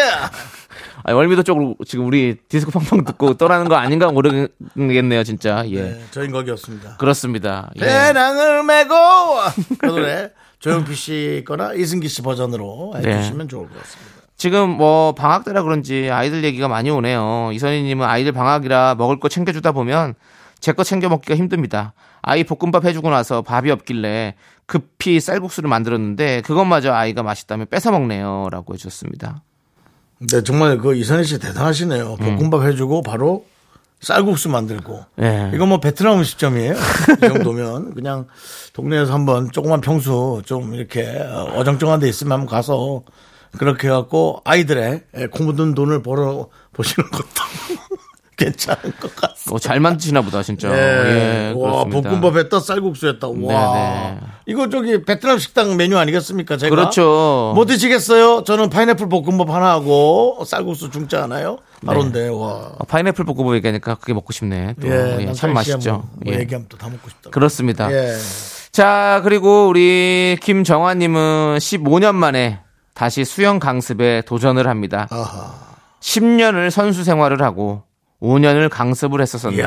[SPEAKER 2] 아니, 월미도 쪽으로 지금 우리 디스코 팡팡 듣고 떠나는 거 아닌가 모르겠네요, 진짜. 예.
[SPEAKER 1] 네, 저희는 거기 없습니다.
[SPEAKER 2] 그렇습니다. 예.
[SPEAKER 1] 배낭을
[SPEAKER 2] *laughs*
[SPEAKER 1] 메고 그 노래 조용필 씨 거나 이승기 씨 버전으로
[SPEAKER 2] 네.
[SPEAKER 1] 해주시면 좋을 것 같습니다.
[SPEAKER 2] 지금 뭐 방학 때라 그런지 아이들 얘기가 많이 오네요. 이선희님은 아이들 방학이라 먹을 거 챙겨주다 보면 제 거 챙겨 먹기가 힘듭니다. 아이 볶음밥 해주고 나서 밥이 없길래 급히 쌀국수를 만들었는데 그것마저 아이가 맛있다며 뺏어 먹네요라고 해주셨습니다.
[SPEAKER 1] 네, 정말 그 이선희 씨 대단하시네요. 볶음밥 해주고 바로 쌀국수 만들고.
[SPEAKER 2] 예.
[SPEAKER 1] 이거 뭐 베트남 음식점이에요. 이 정도면 *laughs* 그냥 동네에서 한번 조그만 평수 좀 이렇게 어정쩡한 데 있으면 한번 가서 그렇게 해갖고 아이들의 코 묻은 돈을 벌어 보시는 것도 *laughs* 괜찮을 것 같습니다.
[SPEAKER 2] 어, 잘 만드시나 보다 진짜. 예,
[SPEAKER 1] 와,
[SPEAKER 2] 그렇습니다.
[SPEAKER 1] 볶음밥 했다, 쌀국수 했다. 와.
[SPEAKER 2] 네, 네.
[SPEAKER 1] 이거 저기 베트남 식당 메뉴 아니겠습니까? 제가.
[SPEAKER 2] 그렇죠.
[SPEAKER 1] 뭐 드시겠어요? 저는 파인애플 볶음밥 하나 하고 쌀국수 중짜 하나요? 바로인데, 와.
[SPEAKER 2] 어, 파인애플 볶음밥 얘기하니까 그게 먹고 싶네. 네. 또. 예,
[SPEAKER 1] 남창희
[SPEAKER 2] 참
[SPEAKER 1] 씨야
[SPEAKER 2] 맛있죠.
[SPEAKER 1] 뭐, 뭐
[SPEAKER 2] 예.
[SPEAKER 1] 얘기하면 또 다 먹고 싶다.
[SPEAKER 2] 그렇습니다.
[SPEAKER 1] 예.
[SPEAKER 2] 자, 그리고 우리 김정환님은 15년 만에 다시 수영 강습에 도전을 합니다.
[SPEAKER 1] 아.
[SPEAKER 2] 10년을 선수 생활을 하고 5년을 강습을 했었었는데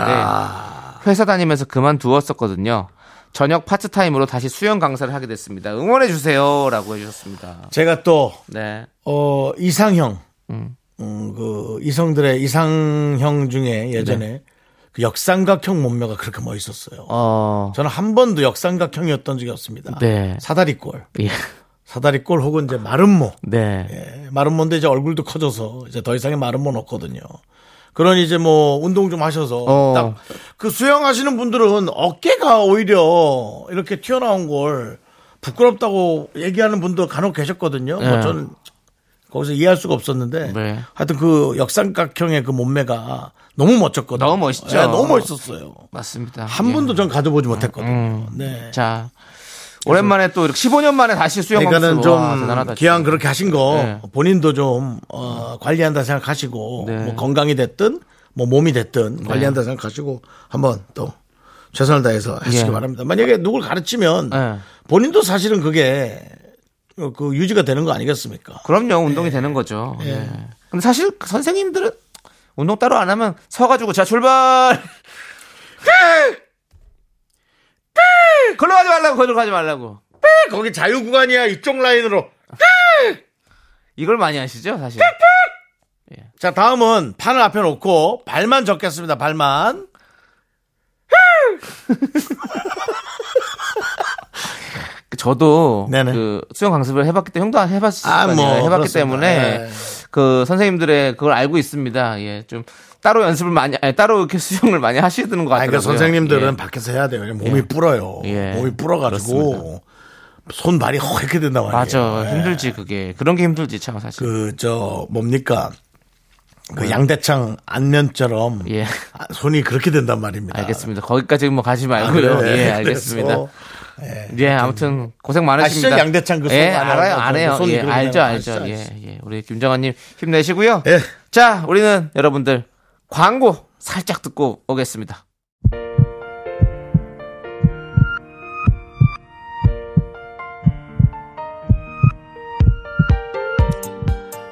[SPEAKER 2] 회사 다니면서 그만두었었거든요. 저녁 파트타임으로 다시 수영 강사를 하게 됐습니다. 응원해 주세요라고 해주셨습니다.
[SPEAKER 1] 제가 또,
[SPEAKER 2] 네,
[SPEAKER 1] 어, 이상형. 음, 그, 이성들의 이상형 중에 예전에
[SPEAKER 2] 네.
[SPEAKER 1] 그 역삼각형 몸매가 그렇게 멋있었어요.
[SPEAKER 2] 어,
[SPEAKER 1] 저는 한 번도 역삼각형이었던 적이 없습니다.
[SPEAKER 2] 네.
[SPEAKER 1] 사다리꼴.
[SPEAKER 2] 예,
[SPEAKER 1] 사다리꼴 혹은 이제 마름모.
[SPEAKER 2] 네,
[SPEAKER 1] 예, 마름모인데 이제 얼굴도 커져서 이제 더 이상의 마름모는 없거든요. 그런 이제 뭐 운동 좀 하셔서
[SPEAKER 2] 어.
[SPEAKER 1] 딱 그 수영하시는 분들은 어깨가 오히려 이렇게 튀어나온 걸 부끄럽다고 얘기하는 분도 간혹 계셨거든요. 뭐
[SPEAKER 2] 네.
[SPEAKER 1] 저는 거기서 이해할 수가 없었는데
[SPEAKER 2] 네.
[SPEAKER 1] 하여튼 그 역삼각형의 그 몸매가 너무 멋졌거든요.
[SPEAKER 2] 너무 멋있죠.
[SPEAKER 1] 예, 너무 멋있었어요.
[SPEAKER 2] 맞습니다.
[SPEAKER 1] 한
[SPEAKER 2] 예.
[SPEAKER 1] 번도 전 가져보지 못했거든요. 네.
[SPEAKER 2] 자, 오랜만에 또 이렇게 15년 만에 다시 수영하고
[SPEAKER 1] 그러니까는
[SPEAKER 2] 있어. 와,
[SPEAKER 1] 좀
[SPEAKER 2] 대단하다,
[SPEAKER 1] 기왕
[SPEAKER 2] 진짜.
[SPEAKER 1] 그렇게 하신 거
[SPEAKER 2] 네.
[SPEAKER 1] 본인도 좀 어, 관리한다 생각하시고
[SPEAKER 2] 네.
[SPEAKER 1] 뭐 건강이 됐든 뭐 몸이 됐든 관리한다 생각하시고 한번 또 최선을 다해서 하시기
[SPEAKER 2] 예.
[SPEAKER 1] 바랍니다. 만약에 누굴 가르치면
[SPEAKER 2] 네.
[SPEAKER 1] 본인도 사실은 그게 어, 그 유지가 되는 거 아니겠습니까?
[SPEAKER 2] 그럼요,
[SPEAKER 1] 네.
[SPEAKER 2] 운동이 되는 거죠. 예. 근데 사실 그 선생님들은 운동 따로 안 하면 서가지고 자 출발. *laughs* 삐! 삐! 걸로 가지 말라고, 걸로 가지 말라고.
[SPEAKER 1] 거기 자유 구간이야 이쪽 라인으로.
[SPEAKER 2] 이걸 많이 하시죠,
[SPEAKER 1] *laughs*
[SPEAKER 2] 사실.
[SPEAKER 1] 자 다음은 판을 앞에 놓고 발만 적겠습니다. 발만.
[SPEAKER 2] 그 저도
[SPEAKER 1] 네네.
[SPEAKER 2] 그 수영 강습을 해봤기 때문에 형도 해봤을
[SPEAKER 1] 아,
[SPEAKER 2] 거 아니에요.
[SPEAKER 1] 뭐,
[SPEAKER 2] 해봤기
[SPEAKER 1] 그렇습니다.
[SPEAKER 2] 때문에
[SPEAKER 1] 예.
[SPEAKER 2] 그 선생님들의 그걸 알고 있습니다. 예, 좀 따로 연습을 많이 아니, 따로 이렇게 *laughs* 수영을 많이 하시는 것
[SPEAKER 1] 아니,
[SPEAKER 2] 같아요.
[SPEAKER 1] 그 선생님들은 밖에서 해야 돼요. 왜냐면 몸이 불어요.
[SPEAKER 2] 예.
[SPEAKER 1] 몸이 불어가지고 손 발이 허옇게 된단 말이에요.
[SPEAKER 2] 맞아
[SPEAKER 1] 예.
[SPEAKER 2] 힘들지 그게 그런 게 힘들지 참 사실.
[SPEAKER 1] 그, 저, 뭡니까. 그 양대창 안면처럼
[SPEAKER 2] 예.
[SPEAKER 1] 아, 손이 그렇게 된단 말입니다.
[SPEAKER 2] 아, 알겠습니다. 거기까지 뭐 가지
[SPEAKER 4] 아,
[SPEAKER 2] 말고요.
[SPEAKER 4] 네.
[SPEAKER 1] 그래요?
[SPEAKER 2] 예,
[SPEAKER 1] 예,
[SPEAKER 2] 알겠습니다.
[SPEAKER 4] 어.
[SPEAKER 1] 그래서,
[SPEAKER 2] 예, 아무튼 고생 많으십니다.
[SPEAKER 1] 아시죠? 양대창 그
[SPEAKER 2] 예,
[SPEAKER 1] 손 안에
[SPEAKER 2] 알아요,
[SPEAKER 1] 하는 거,
[SPEAKER 2] 알아요.
[SPEAKER 1] 그 손이
[SPEAKER 2] 예,
[SPEAKER 1] 그렇게
[SPEAKER 2] 알죠,
[SPEAKER 1] 되는 거
[SPEAKER 2] 알죠.
[SPEAKER 1] 알죠,
[SPEAKER 2] 예,
[SPEAKER 1] 알죠.
[SPEAKER 2] 예. 우리 김정환님 힘내시고요.
[SPEAKER 1] 예.
[SPEAKER 2] 자, 우리는 여러분들 광고 살짝 듣고 오겠습니다.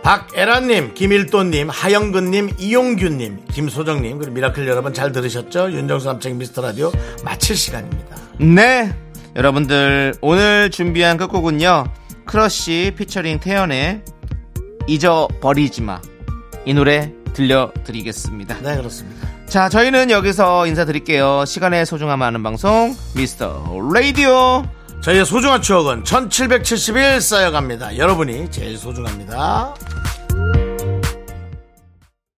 [SPEAKER 1] 박애란님, 김일돈님, 하영근님, 이용균님, 김소정님, 그리고 미라클 여러분 잘 들으셨죠? 윤정수 남창 미스터 라디오 마칠 시간입니다.
[SPEAKER 4] 네, 여러분들 오늘 준비한 끝곡은요. 크러쉬 피처링 태연의 잊어버리지 마. 이 노래 들려드리겠습니다.
[SPEAKER 1] 네, 그렇습니다.
[SPEAKER 4] 자, 저희는 여기서 인사드릴게요. 시간의 소중함 아는 방송 미스터 라디오.
[SPEAKER 1] 저희의 소중한 추억은 1771 쌓여갑니다. 여러분이 제일 소중합니다.